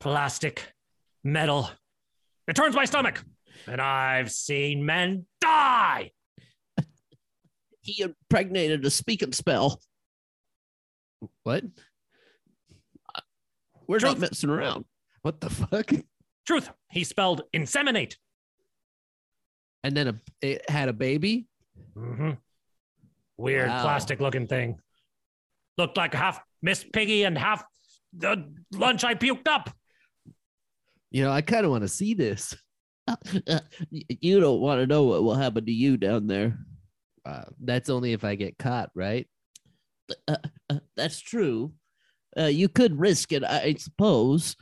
plastic, metal, it turns my stomach. And I've seen men die.
He impregnated a speaking spell.
What?
We're not
Truth.
messing around.
What the fuck?
Truth, he spelled inseminate.
And then a, it had a baby.
hmm Weird
Wow.
plastic looking thing. Looked like half Miss Piggy and half the lunch I puked up.
You know, I kind of want to see this.
Uh, y- you don't want to know what will happen to you down there.
Uh, that's only if I get caught, right?
Uh, uh, that's true. Uh, you could risk it, I suppose,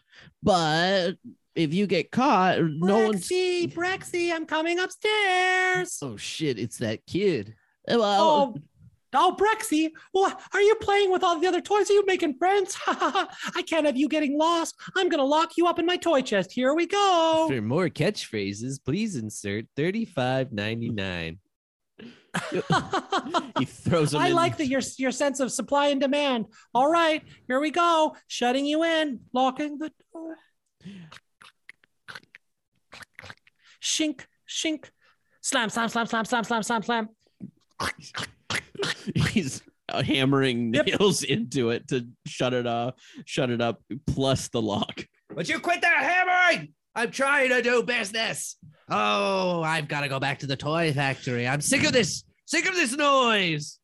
but if you get caught, no one's.
Brexy, I'm coming upstairs.
Oh shit! It's that kid.
Uh, Well,
Oh, oh, Brexy, well, are you playing with all the other toys? Are you making friends? I can't have you getting lost. I'm gonna lock you up in my toy chest. Here we go.
For more catchphrases, please insert thirty-five ninety-nine.
he throws him
I
in.
like that your your sense of supply and demand. All right, here we go. Shutting you in, locking the door. Shink, shink, slam, slam, slam, slam, slam, slam, slam, slam.
He's uh, hammering
Yep.
nails into it to shut it off, shut it up, plus the lock.
Would you quit that hammering? I'm trying to do business. Oh, I've got to go back to the toy factory. I'm sick of this. Sick of this noise.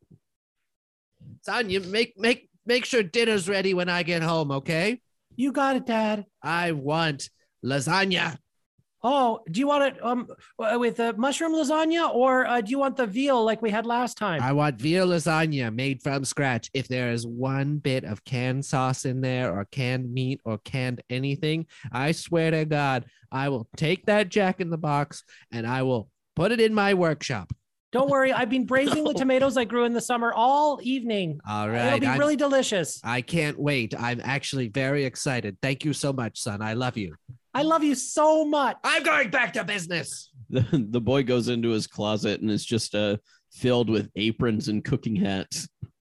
Son, you make make make sure dinner's ready when I get home, okay?
You got it, Dad.
I want lasagna.
Oh, do you want it um w- with the mushroom lasagna or uh, do you want the veal like we had last time?
I want veal lasagna made from scratch. If there is one bit of canned sauce in there, or canned meat, or canned anything, I swear to God, I will take that jack in the box and I will put it in my workshop.
Don't worry, I've been braising the tomatoes I grew in the summer all evening.
All
It'll
right.
be
I'm-
really delicious.
I can't wait. I'm actually very excited. Thank you so much, son. I love you.
I love you so much.
I'm going back to business.
The, the boy goes into his closet and it's just uh, filled with aprons and cooking hats.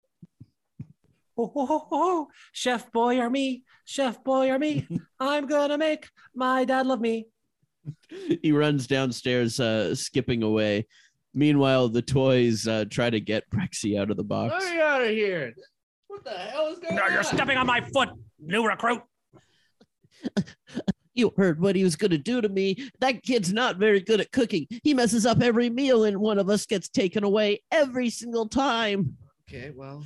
Oh, oh, oh, oh, Chef boy or me, chef boy or me. I'm gonna make my dad love me.
He runs downstairs, uh, skipping away. Meanwhile, the toys uh, try to get Brexy out of the box.
out of here. What the hell is going
No, you're stepping on my foot, new recruit.
You heard what he was going to do to me. That kid's not very good at cooking. He messes up every meal, and one of us gets taken away every single time.
Okay, well,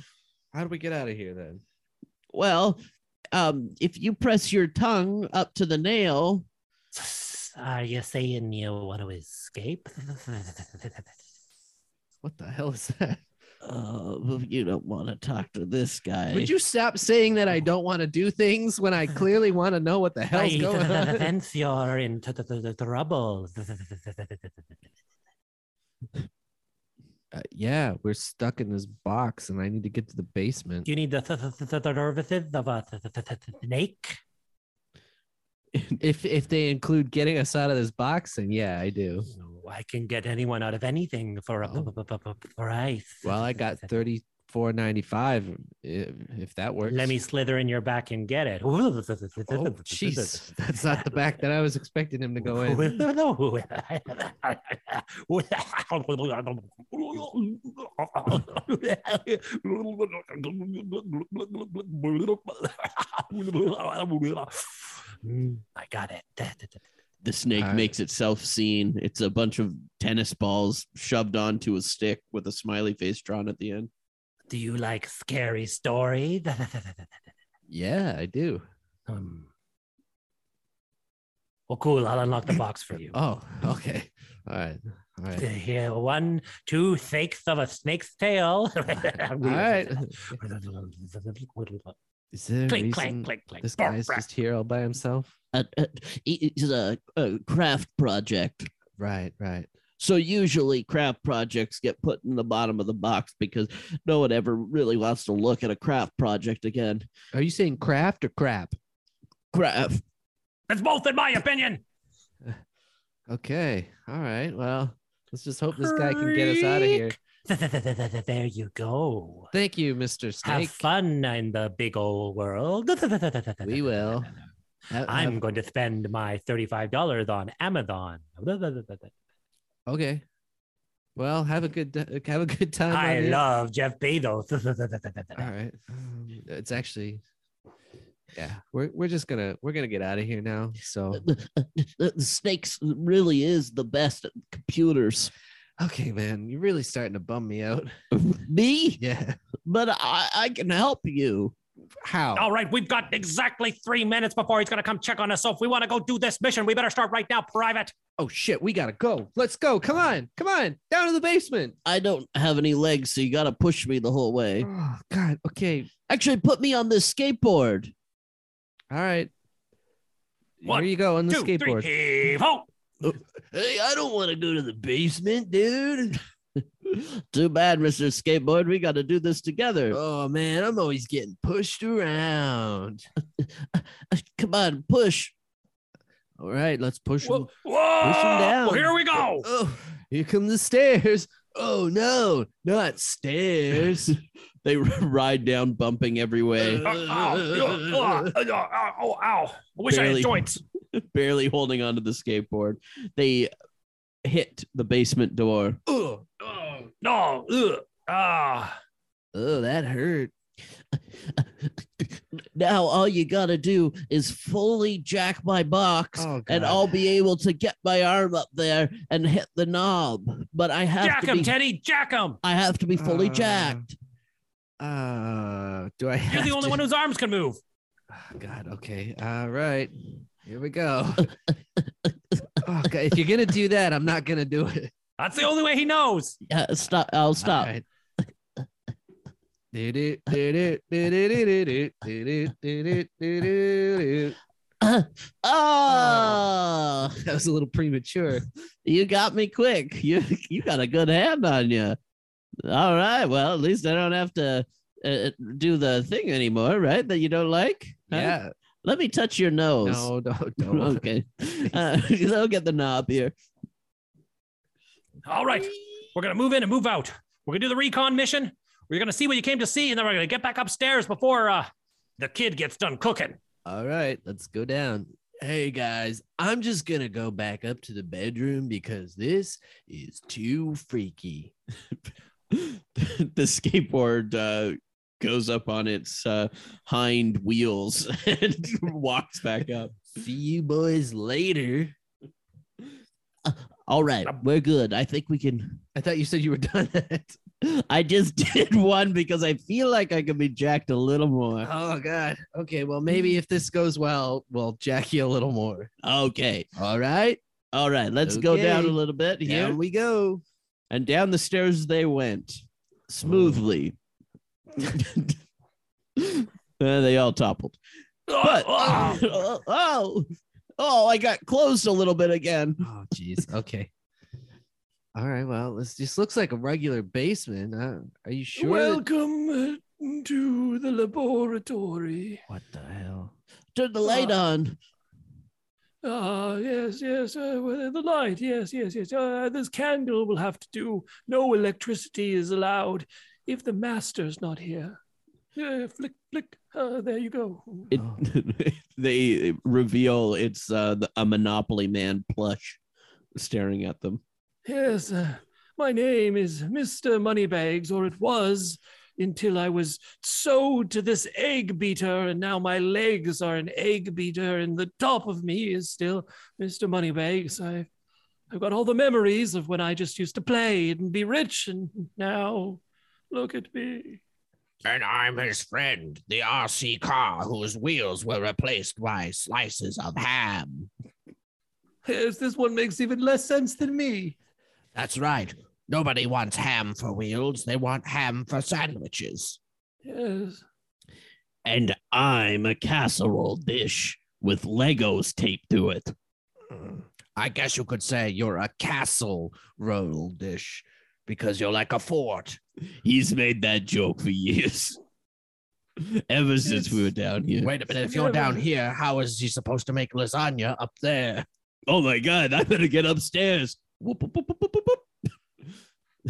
how do we get out of here then?
Well, um, if you press your tongue up to the nail,
Are you saying you want to escape?
What the hell is that?
uh, you don't want to talk to this guy.
Would you stop saying that I don't want to do things when I clearly want to know what the hell's going on?
Since you're in t- t- t- trouble.
Uh, yeah, we're stuck in this box and I need to get to the basement.
You need the th- th- th- th- nervousness of a th- th- th- th- snake.
If if they include getting us out of this box, then yeah, I do.
No, I can get anyone out of anything for a p-
Oh.
p- p- p- price.
Well, I got thirty four ninety five. If, if that works.
Let me slither in your back and get it.
Oh, jeez, that's not the back that I was expecting him to go in.
Mm, I got it.
the snake
I-
makes itself seen. It's a bunch of tennis balls shoved onto a stick with a smiley face drawn at the end.
Do you like scary stories?
Yeah, I do.
Um, well, cool. I'll unlock the box for you.
Oh, okay. All right. All
Uh,
right.
Here, one, two snakes of a snake's tail.
All right. Is there a
Click,
reason
clank, click, click.
this guy's just here all by himself?
Uh, uh, it- It's a, a craft project.
Right, right.
So usually craft projects get put in the bottom of the box because no one ever really wants to look at a craft project again.
Are you saying craft or crap?
Craft.
That's both, in my opinion.
Okay. All right. Well, let's just hope this guy can get us out of here.
There you go.
Thank you, Mr.
Have
Snake.
fun in the big old world.
We will. Ha-
I'm
have-
going to spend my $35 on Amazon.
okay. Well, have a good d- have a good time.
I
on the-
love Jeff Bezos.
All right. Um, It's actually yeah. We're we're just gonna we're gonna get out of here now. So
The, the snakes really is the best at computers.
okay, man, you're really starting to bum me out.
Me?
Yeah.
But I, I can help you.
How?
All right, we've got exactly three minutes before he's going to come check on us. So if we want to go do this mission, we better start right now, Private.
Oh shit, we gotta go. Let's go. Come on, come on, down to the basement.
I don't have any legs, so you got to push me the whole way.
Oh god. Okay.
Actually, put me on this skateboard.
All right.
One,
Here you go on the
Two, three,
skateboard.
heave ho.
Uh, Hey, I don't want to go to the basement, dude. Too bad, Mr. Skateboard. We got to do this together.
Oh man, I'm always getting pushed around.
Come on, push.
All right, let's push.
Whoa,
him.
whoa,
down.
here we go.
Oh, here come the stairs. Oh no, not stairs.
They ride down, bumping every way,
Uh, ow, uh, uh, uh, ow, ow, ow. I wish I
Barely.
had joints.
barely holding onto the skateboard. They hit the basement door.
oh,
No, ugh, ah.
oh, that hurt.
Now all you gotta do is fully jack my box,
Oh, God.
and I'll be able to get my arm up there and hit the knob. But I have
jack
to
him,
be,
Teddy, jack him.
I have to be fully
Uh,
jacked.
Uh, do I?
You're
Have
the only
to-
one whose arms can move.
Oh, God. Okay. All right. Here we go. Fuck, if you're gonna do that, I'm not gonna do it.
That's the only way he knows.
Yeah, stop. I'll stop.
All right. That
Ah!
Oh,
was a little premature.
you got me quick. You you got a good hand on you. All right. Well, at least I don't have to uh, do the thing anymore, right? That you don't like. Huh?
Yeah.
Let me touch your nose.
No, no, no.
okay. Uh, I'll get the knob here.
All right, we're gonna move in and move out. We're gonna do the recon mission. We're gonna see what you came to see, and then we're gonna get back upstairs before uh, the kid gets done cooking.
All right, let's go down.
Hey guys, I'm just gonna go back up to the bedroom because this is too freaky. the skateboard uh, goes up on its uh, hind wheels and walks back up.
See you boys later.
Uh, All right, we're good. I think we can.
I thought you said you were done.
I just did one because I feel like I could be jacked a little more.
oh God. Okay. Well, maybe if this goes well, we'll jack you a little more.
Okay,
All right.
all right, let's go down a
Okay.
little bit here.
Down we go.
And down the stairs they went smoothly. Uh, they all toppled. But
Oh, oh.
oh, oh, oh, I got closed a little bit again.
Oh jeez. Okay. All right. Well, this just looks like a regular basement. Uh, are you sure? that-
Welcome to the laboratory.
what the hell?
Turn the light on.
Ah, yes, yes, uh, well, the light, yes, yes, yes. Uh, this candle will have to do. No electricity is allowed if the master's not here. Uh, flick, flick. Uh, there you go.
It,
Oh.
they reveal it's uh, the, a Monopoly Man plush staring at them.
Yes, uh, my name is Mr. Moneybags, or it was until I was sewed to this egg beater, and now my legs are an egg beater, and the top of me is still Mr. Moneybags. I've, I've got all the memories of when I just used to play and be rich, and now look at me.
And I'm his friend, the RC car, whose wheels were replaced by slices of ham.
Yes, this one makes even less sense than me.
That's right. Nobody wants ham for wheels, they want ham for sandwiches.
Yes.
And I'm a casserole dish with Legos taped to it.
Mm. I guess you could say you're a castle roll dish because you're like a fort.
He's made that joke for years. Ever since we were down here.
Wait a minute, if you're down here, how is he supposed to make lasagna up there?
Oh my god, I better get upstairs. Whoop, whoop, whoop, whoop, whoop, whoop.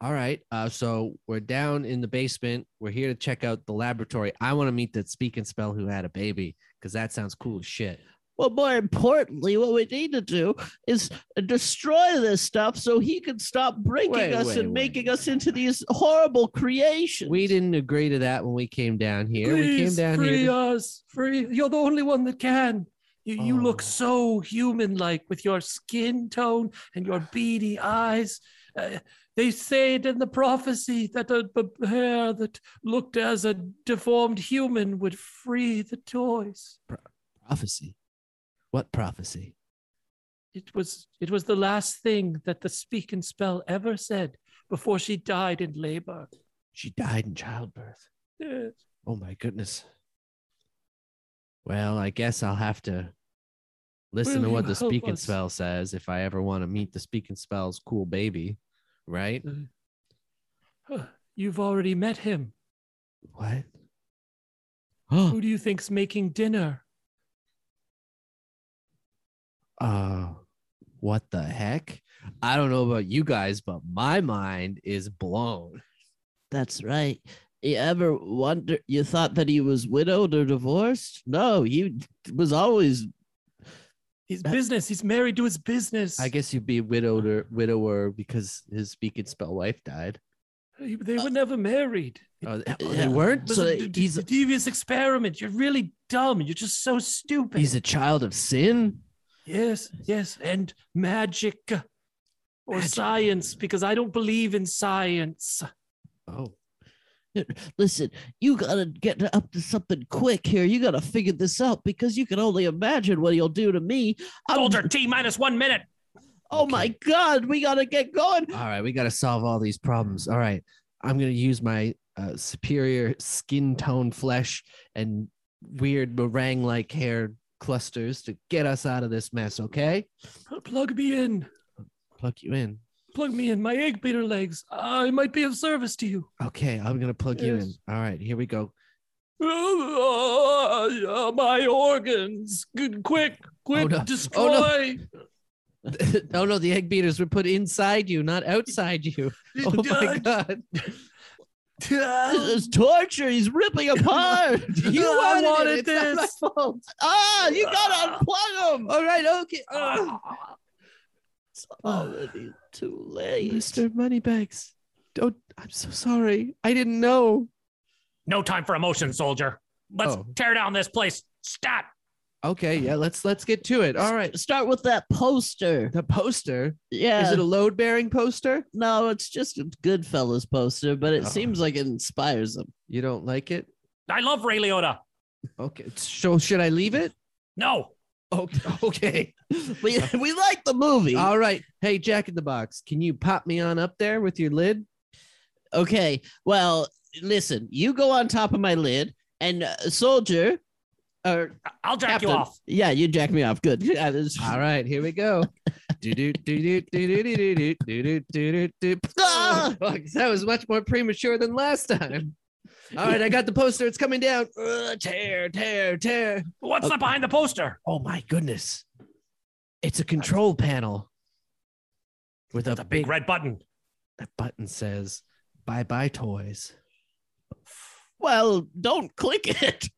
All right. Uh, so we're down in the basement. We're here to check out the laboratory. I want to meet that speak and spell who had a baby because that sounds cool as shit.
Well, more importantly, what we need to do is destroy this stuff so he can stop breaking
Wait,
us
wait,
and
wait.
making us into these horrible creations.
We didn't agree to that when we came down here. we came
Please
down
free
here. to-
us. Free. You're the only one that can. You, you look
Oh.
so human like with your skin tone and your beady eyes. Uh, they said in the prophecy that a, a hair that looked as a deformed human would free the toys.
prophecy. What prophecy?
It was it was the last thing that the speak and spell ever said before she died in labor. Uh,
She died in childbirth.
Yes.
Oh my goodness. Well, I guess I'll have to listen
Will
to what
you
the
help
speak and
us?
spell says if I ever want to meet the speak and spell's cool baby, right?
Uh, You've already met him.
What?
Who do you think's making dinner?
uh what the heck i don't know about you guys but my mind is blown
That's right. You ever wonder? You thought that he was widowed or divorced? No, he was always.
His
Uh,
business. He's married to his business.
i guess you'd be widowed or widower because his speak and spell wife died
He-
Uh,
They were never married.
oh, they- oh,
Yeah.
they weren't so
Listen, d- d-
he's,
d- devious experiment. You're really dumb. You're just so stupid.
he's a child of sin
yes, yes, and magic or science because I don't believe in science.
oh
listen, you gotta get up to something quick here. You gotta figure this out because you can only imagine what he'll do to me. I'm-
Soldier T minus one minute.
oh my god, we gotta get going.
all right, we got to solve all these problems. All right, I'm going to use my uh, superior skin tone flesh and weird meringue like hair clusters to get us out of this mess, okay?
Pl- Plug me in.
Plug you in.
Plug me in. My egg beater legs. I might be of service to you.
Okay, I'm going to plug you in.
Yes.
All right, here we go.
Ah, my organs. Good, quick, quick,
no. Oh, no.
destroy.
oh no, the egg beaters were put inside you, not outside you. Oh my god.
This is torture. He's ripping apart.
You
Oh. you
I
wanted,
wanted
it. It's not my
this.
fault. Ah, you gotta unplug him. All right, okay. Ah. It's already too late.
Mr. Moneybags. Don't I'm so sorry. I didn't know.
No time for emotion, soldier. Let's
Oh.
tear down this place. Stat.
Okay, yeah, let's let's get to it. All right.
Start with that poster.
The poster.
Yeah.
Is it a load bearing poster?
no, it's just a Goodfellas poster, but it
Oh.
seems like it inspires him.
You don't like it?
I love Ray Liotta.
Okay. So should I leave it?
No.
Okay. okay.
We, we like the movie.
All right. Hey, Jack in the Box, can you pop me on up there with your lid?
Okay. Well, listen, you go on top of my lid and uh, soldier or
I'll jack
captain.
you off.
Yeah, you jack me off. Good. Yeah, this-
All right, here we go. Do do do do do do do do do do do do.
Ah!
That was much more premature than last time. All right, I got the poster. It's coming down. Ugh, tear, tear, tear.
What's
Okay.
that behind the poster?
Oh my goodness. It's a control panel with a
The big
big
red button.
that button says bye bye toys.
Well, don't click it.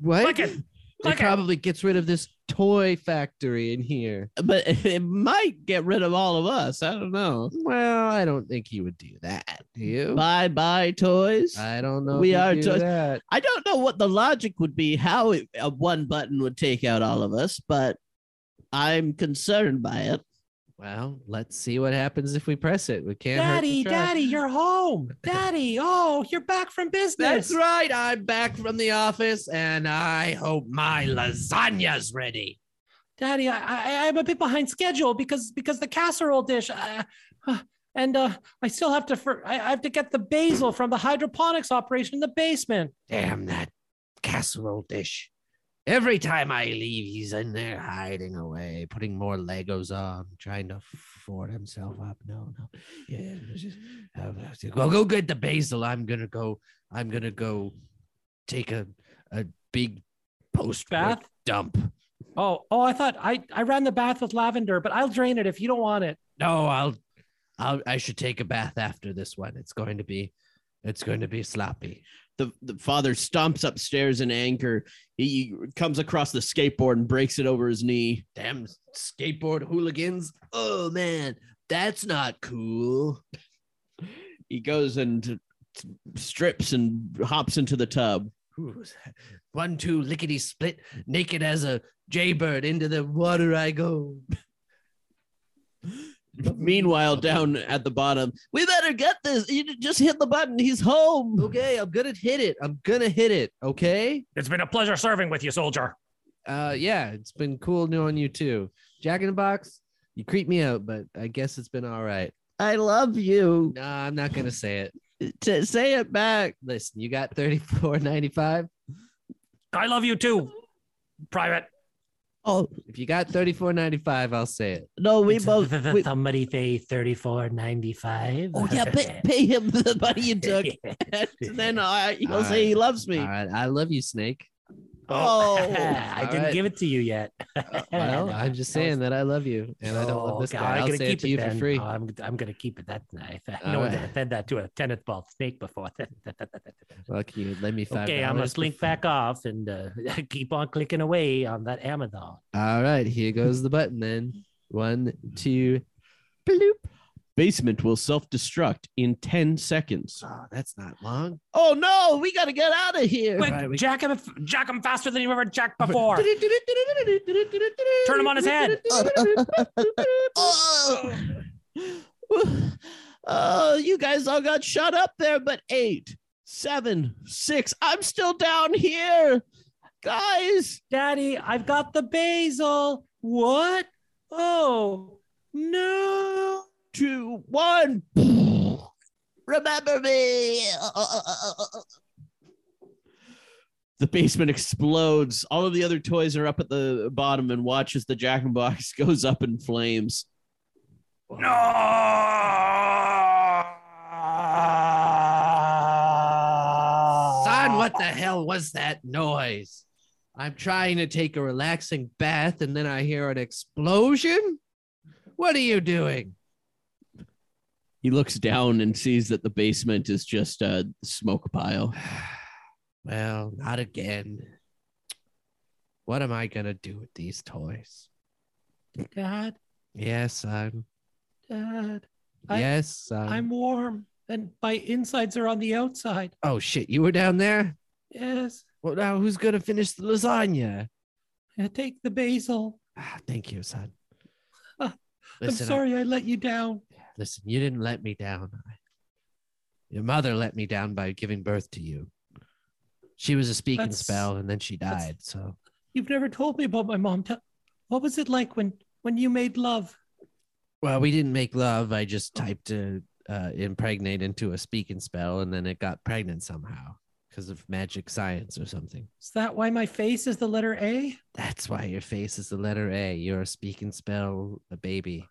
What?
Click it.
it
Click it.
probably gets rid of this toy factory in here.
But it might get rid of all of us. I don't know.
Well, I don't think he would do that. Do you?
Bye bye toys.
I don't know.
We
if he'd
are
do
toys.
that.
I don't know what the logic would be how it, uh, one button would take out all of us, but I'm concerned by it.
Well, let's see what happens if we press it. We can't. hurt to
Daddy,
try.
Daddy, you're home. Daddy, oh, you're back from business.
That's right. I'm back from the office, and I hope my lasagna's ready.
Daddy, I, I I'm a bit behind schedule because because the casserole dish, uh, uh, and uh, I still have to fir- I, I have to get the basil from the hydroponics operation in the basement.
Damn that casserole dish. Every time I leave, he's in there hiding away, putting more Legos on, trying to fort himself up. No, no. Yeah. Go, go get the basil. I'm going to go. I'm going to go take a, a big post
Bath?
dump.
Oh, oh, I thought I I ran the bath with lavender, but I'll drain it if you don't want it.
No, I'll, I'll, I should take a bath after this one. It's going to be, it's going to be sloppy.
The, the father stomps upstairs in anger. He comes across the skateboard and breaks it over his knee.
Damn skateboard hooligans. Oh man, that's not cool.
He goes and t- t- strips and hops into the tub.
Ooh, One, two, lickety split, naked as a jaybird into the water I go.
Meanwhile, down at the bottom, we better get this. You j- just hit the button. He's home.
Okay, I'm gonna hit it. I'm gonna hit it. Okay.
It's been a pleasure serving with you, soldier.
Uh, yeah, it's been cool knowing you too. Jack in the Box, you creep me out, but I guess it's been all right.
I love you.
Nah, I'm not gonna say it.
T- say it back.
Listen, you got 34.95.
I love you too, Private.
Oh
If you got 34.95, I'll say it.
no, we both. we-
somebody pay thirty four ninety five.
oh yeah, pay, pay him the money you took, and then I, he'll
All
say he loves me.
All right, I love you, Snake.
Oh,
I didn't
alright.
give it to you yet.
Well, I'm just
That was-
saying that I love you, and I don't love
Oh,
this
God,
guy.
I'm
I'll
gonna
say it
keep
to you for
then.
free.
Oh, I'm, I'm gonna keep it. That's nice.
All
no one's
right.
gonna fed that to a tennis ball snake before.
Well, can you lend me five?
okay, I'm gonna
dollars
slink
before-
back off and uh, keep on clicking away on that Amazon.
All right, here goes the button. Then one, two, bloop.
Basement will self-destruct in ten seconds.
Oh, that's not long.
Oh no, we gotta get out of here.
Quick, jack him, jack him faster than you ever jacked before. Turn him on his head.
Oh. Oh, you guys all got shot up there, but eight. seven, six. I'm still down here. Guys,
Daddy, I've got the basil. What? Oh, no.
two, one. Remember me. Uh, The basement explodes. All of the other toys are up at the bottom and watch as the jack in box goes up in flames.
Son, what the hell was that noise? I'm trying to take a relaxing bath and then I hear an explosion? What are you doing?
He looks down and sees that the basement is just a smoke pile.
Well, not again. What am I going to do with these toys?
Dad,
Yes, son.
Dad, I-
yes, son.
Um,
I'm warm and my insides are on the outside.
Oh, shit. You were down there?
Yes,
Well, now who's going to finish the lasagna?
I take the basil.
Ah, thank you, son.
Ah,
Listen,
I'm
I-
sorry I let you down.
listen, you didn't let me down. I- Your mother let me down by giving birth to you. She was a speaking
That's-
spell and then she
that's-
died. So
You've never told me about my mom. Tell- What was it like when when you made love?
Well, we didn't make love. I just typed to uh, impregnate into a speaking spell, and then it got pregnant somehow because of magic science or something.
Is that why my face is the letter A?
That's why your face is the letter A. You're a speaking spell, a baby,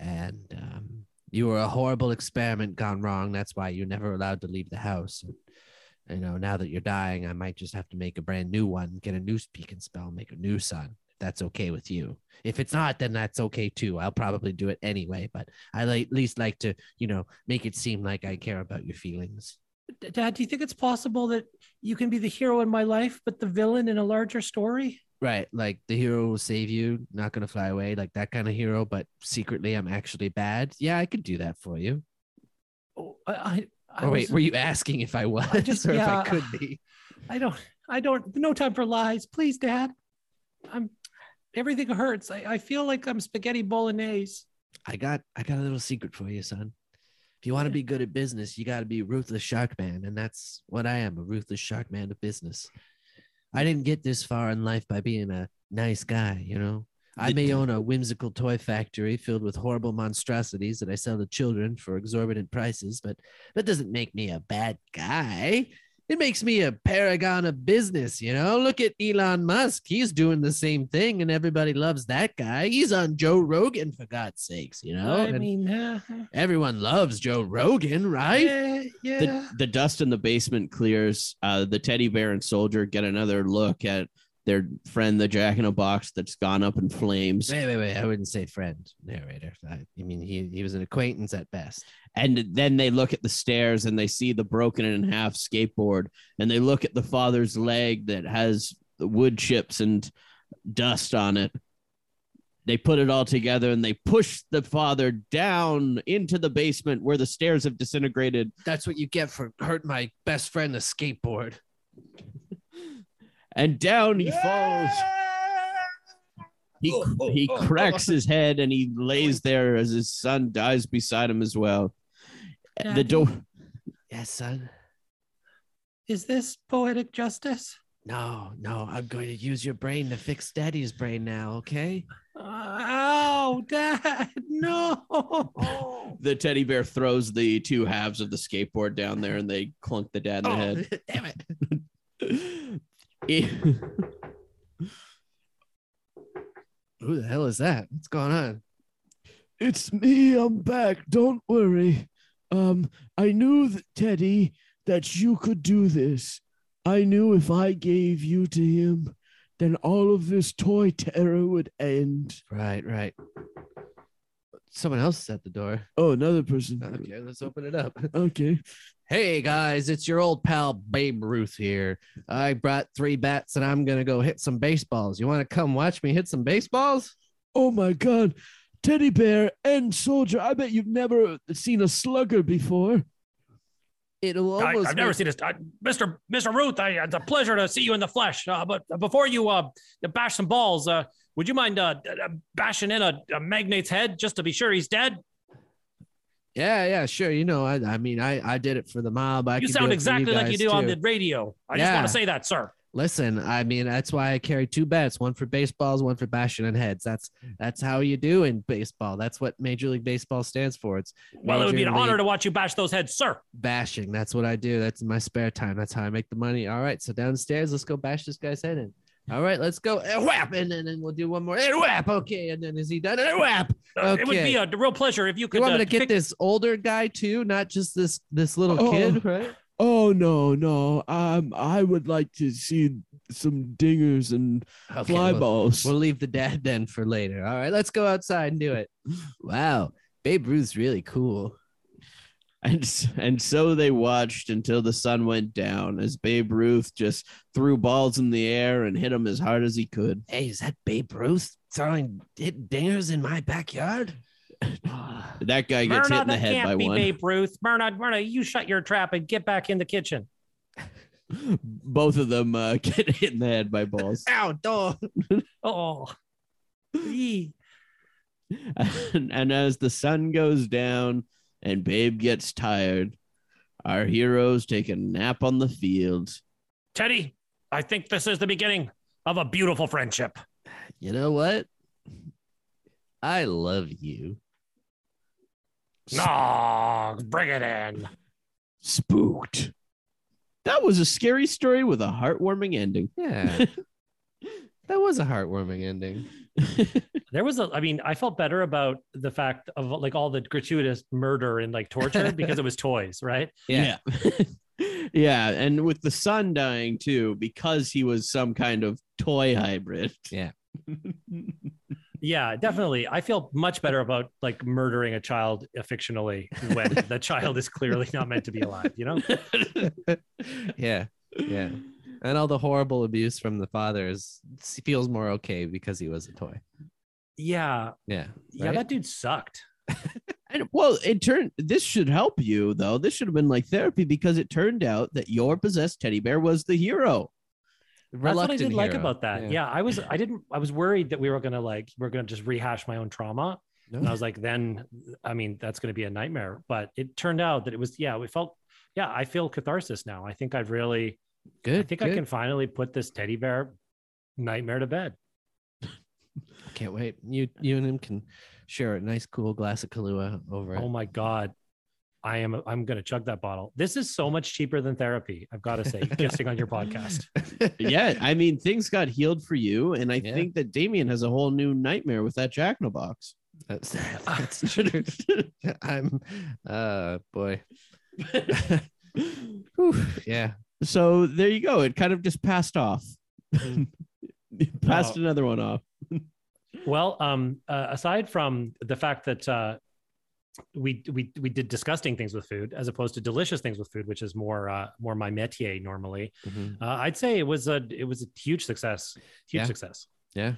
and um, you were a horrible experiment gone wrong. That's why you're never allowed to leave the house. And, you know, now that you're dying, I might just have to make a brand new one, get a new speaking spell, make a new son. If that's okay with you. If it's not, then that's okay too. I'll probably do it anyway, but I like, at least like to, you know, make it seem like I care about your feelings.
D- Dad, do you think it's possible that you can be the hero in my life but the villain in a larger story?
Right, like the hero will save you, not gonna fly away, like that kind of hero, but secretly I'm actually bad. Yeah, I could do that for you.
Oh, I, I, I
Or wait,
was-
were you asking if I was
just-
or
yeah.
if I could be?
I don't. I don't. No time for lies, please, Dad. I'm. Everything hurts. I, I feel like I'm spaghetti bolognese.
I got I got a little secret for you, son. If you want to
Yeah.
be good at business, you got to be a ruthless shark man, and that's what I am—a ruthless shark man of business. I didn't get this far in life by being a nice guy, you know. I
Did-
may own a whimsical toy factory filled with horrible monstrosities that I sell to children for exorbitant prices, but that doesn't make me a bad guy. It makes me a paragon of business, you know. Look at Elon Musk. He's doing the same thing, and everybody loves that guy. He's on Joe Rogan, for God's sakes, you know.
I
Oh, and
mean, uh,
everyone loves Joe Rogan, right?
yeah, yeah.
the, the dust in the basement clears. Uh, the teddy bear and soldier get another look at their friend, the jack in a box that's gone up in flames.
Wait, wait, wait. I wouldn't say friend, narrator. I, I mean, he, he was an acquaintance at best.
And then they look at the stairs and they see the broken in half skateboard. And they look at the father's leg that has wood chips and dust on it. They put it all together and they push the father down into the basement where the stairs have disintegrated
That's what you get for hurt my best friend, the skateboard.
and down he falls. He, he cracks his head and he lays there as his son dies beside him as well. The
Daddy?
door.
Yes, son.
Is this poetic justice?
No, no. I'm going to use your brain to fix daddy's brain now, okay?
Oh, Dad, no.
The teddy bear throws the two halves of the skateboard down there and they clunk the dad in the head.
damn it.
It-
Who the hell is that? What's going on?
it's me. I'm back. Don't worry. Um, I knew that Teddy that you could do this. I knew if I gave you to him, then all of this toy terror would end.
Right, right. Someone else is at the door.
Oh, another person.
Uh,
Okay, let's open it up.
Okay.
Hey guys, it's your old pal Babe Ruth here. I brought three bats and I'm gonna go hit some baseballs. You wanna come watch me hit some baseballs?
Oh my God. Teddy bear and soldier. I bet you've never seen a slugger before.
It'll
I,
almost
I've never
make-
seen this, I, Mr. Mr. Ruth. I, it's a pleasure to see you in the flesh. Uh, but before you uh, bash some balls, uh, would you mind uh, d- d- bashing in a, a magnate's head just to be sure he's dead?
Yeah, yeah, sure. You know, I, I mean, I, I did it for the mob. I
you
could do
sound
it for
exactly like you
guys,
do on
too.
the radio. I just
Yeah.
want to say that, sir.
Listen, I mean, that's why I carry two bats, one for baseballs, one for bashing on heads. That's that's how you do in baseball. That's what Major League Baseball stands for. It's
Well, it would be an
Major
honor
League
to watch you bash those heads, sir.
bashing. That's what I do. That's in my spare time. That's how I make the money. All right, so downstairs, let's go bash this guy's head in. All right, let's go. And whap, and then and we'll do one more. And whap, okay. And then is he done? And whap.
Uh, It would
Okay.
be a real pleasure if you could.
You want me to
uh,
get
pick-
this older guy too, not just this this little
Oh.
kid, right?
Oh no, no. Um, I would like to see some dingers and
Okay,
fly
well,
balls.
We'll leave the dad then for later. All right, let's go outside and do it. Wow, Babe Ruth's really cool.
And s- and so they watched until the sun went down as Babe Ruth just threw balls in the air and hit them as hard as he could.
Hey, is that Babe Ruth throwing hit dingers in my backyard?
That guy gets
Myrna,
hit in the
that
head
can't
by
be
one.
Babe Ruth. Myrna, Myrna, you shut your trap and get back in the kitchen.
Both of them uh, get hit in the head by balls.
Ow, dog.
Oh, Yee.
and, and as the sun goes down and Babe gets tired, our heroes take a nap on the field.
Teddy, I think this is the beginning of a beautiful friendship.
You know what? I love you.
No, bring it in.
Spooked. That was a scary story with a heartwarming ending.
Yeah. that was a heartwarming ending.
There was a, I mean, I felt better about the fact of like all the gratuitous murder and like torture because it was toys, right?
Yeah. Yeah. And with the son dying too, because he was some kind of toy hybrid.
Yeah.
Yeah, definitely. I feel much better about like murdering a child fictionally when the child is clearly not meant to be alive, you know?
Yeah. Yeah. And all the horrible abuse from the father is feels more okay because he was a toy.
Yeah.
Yeah.
Yeah,
right?
that dude sucked.
And well, it turned this should help you though. This should have been like therapy because it turned out that your possessed teddy bear was the hero.
That's what I
Reluctant
did like
hero.
about that. Yeah. I was I didn't I was worried that we were gonna like we're gonna just rehash my own trauma. And I was like, then I mean that's gonna be a nightmare. But it turned out that it was yeah, we felt yeah, I feel catharsis now. I think I've really
Good.
I think I can finally put this teddy bear nightmare to bed.
Can't wait. You you and him can share a nice cool glass of Kahlua over
Oh
it.
my god. I am I'm gonna chug that bottle. This is so much cheaper than therapy. I've got to say, guesting on your podcast.
yeah, I mean things got healed for you, and I
Yeah.
think that Damien has a whole new nightmare with that Jack in the Box.
That's, that's true. I'm, uh, boy. Whew, yeah.
So there you go. It kind of just passed off, passed
Oh.
another one off.
Well, um, uh, aside from the fact that uh, we we we did disgusting things with food as opposed to delicious things with food, which is more uh, more my métier normally,
Mm-hmm.
uh, I'd say it was a it was a huge success, huge
Yeah.
success.
Yeah.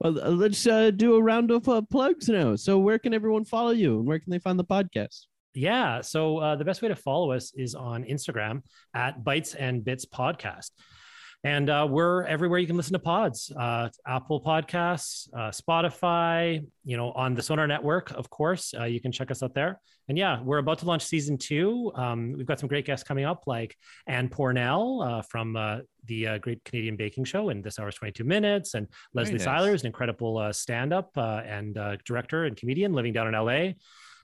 Well, uh, let's uh, do a round of uh, plugs now. So where can everyone follow you, and where can they find the podcast?
Yeah. So uh, the best way to follow us is on Instagram at Bites and Bits Podcast. And uh, we're everywhere you can listen to pods uh, Apple Podcasts, uh, Spotify, you know, on the Sonar Network, of course. Uh, you can check us out there. And yeah, we're about to launch season two. Um, we've got some great guests coming up, like Anne Pornell uh, from uh, the uh, Great Canadian Baking Show in This Hour's 22 Minutes, and Leslie
nice.
Seiler is an incredible uh, stand up uh, and uh, director and comedian living down in LA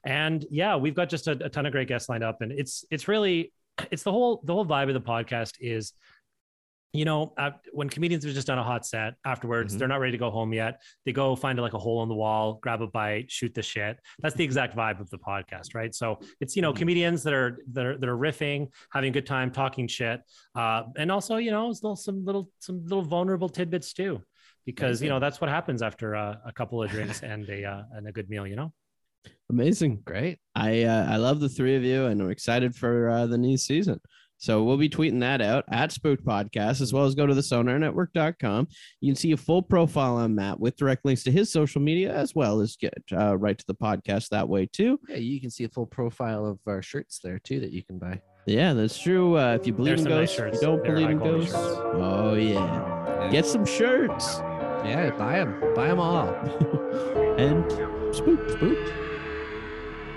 and yeah we've got just a, a ton of great guests lined up and it's it's really it's the whole the whole vibe of the podcast is you know uh, when comedians have just done a hot set afterwards
Mhm.
they're not ready to go home yet they go find like a hole in the wall grab a bite shoot the shit that's the exact vibe of the podcast right so it's you know comedians that are that are, that are riffing having a good time talking shit uh, and also you know still some little some little vulnerable tidbits too because you know that's what happens after uh, a couple of drinks and a uh, and a good meal you know
Amazing.
Great.
I uh, I love the three of you, and I'm excited for uh, the new season. So we'll be tweeting that out at Spooked Podcast, as well as go to the sonarnetwork.com. You can see a full profile on Matt with direct links to his social media, as well as get uh, right to the podcast that way too.
Yeah. You can see a full profile of our shirts there too that you can buy.
Yeah, that's true. Uh, if you believe
There's
in
some nice
ghosts,
shirts.
you don't
They're
believe in
high-quality
ghosts. Oh yeah, get some shirts
Yeah. Buy them. Buy them all.
and spook, spook.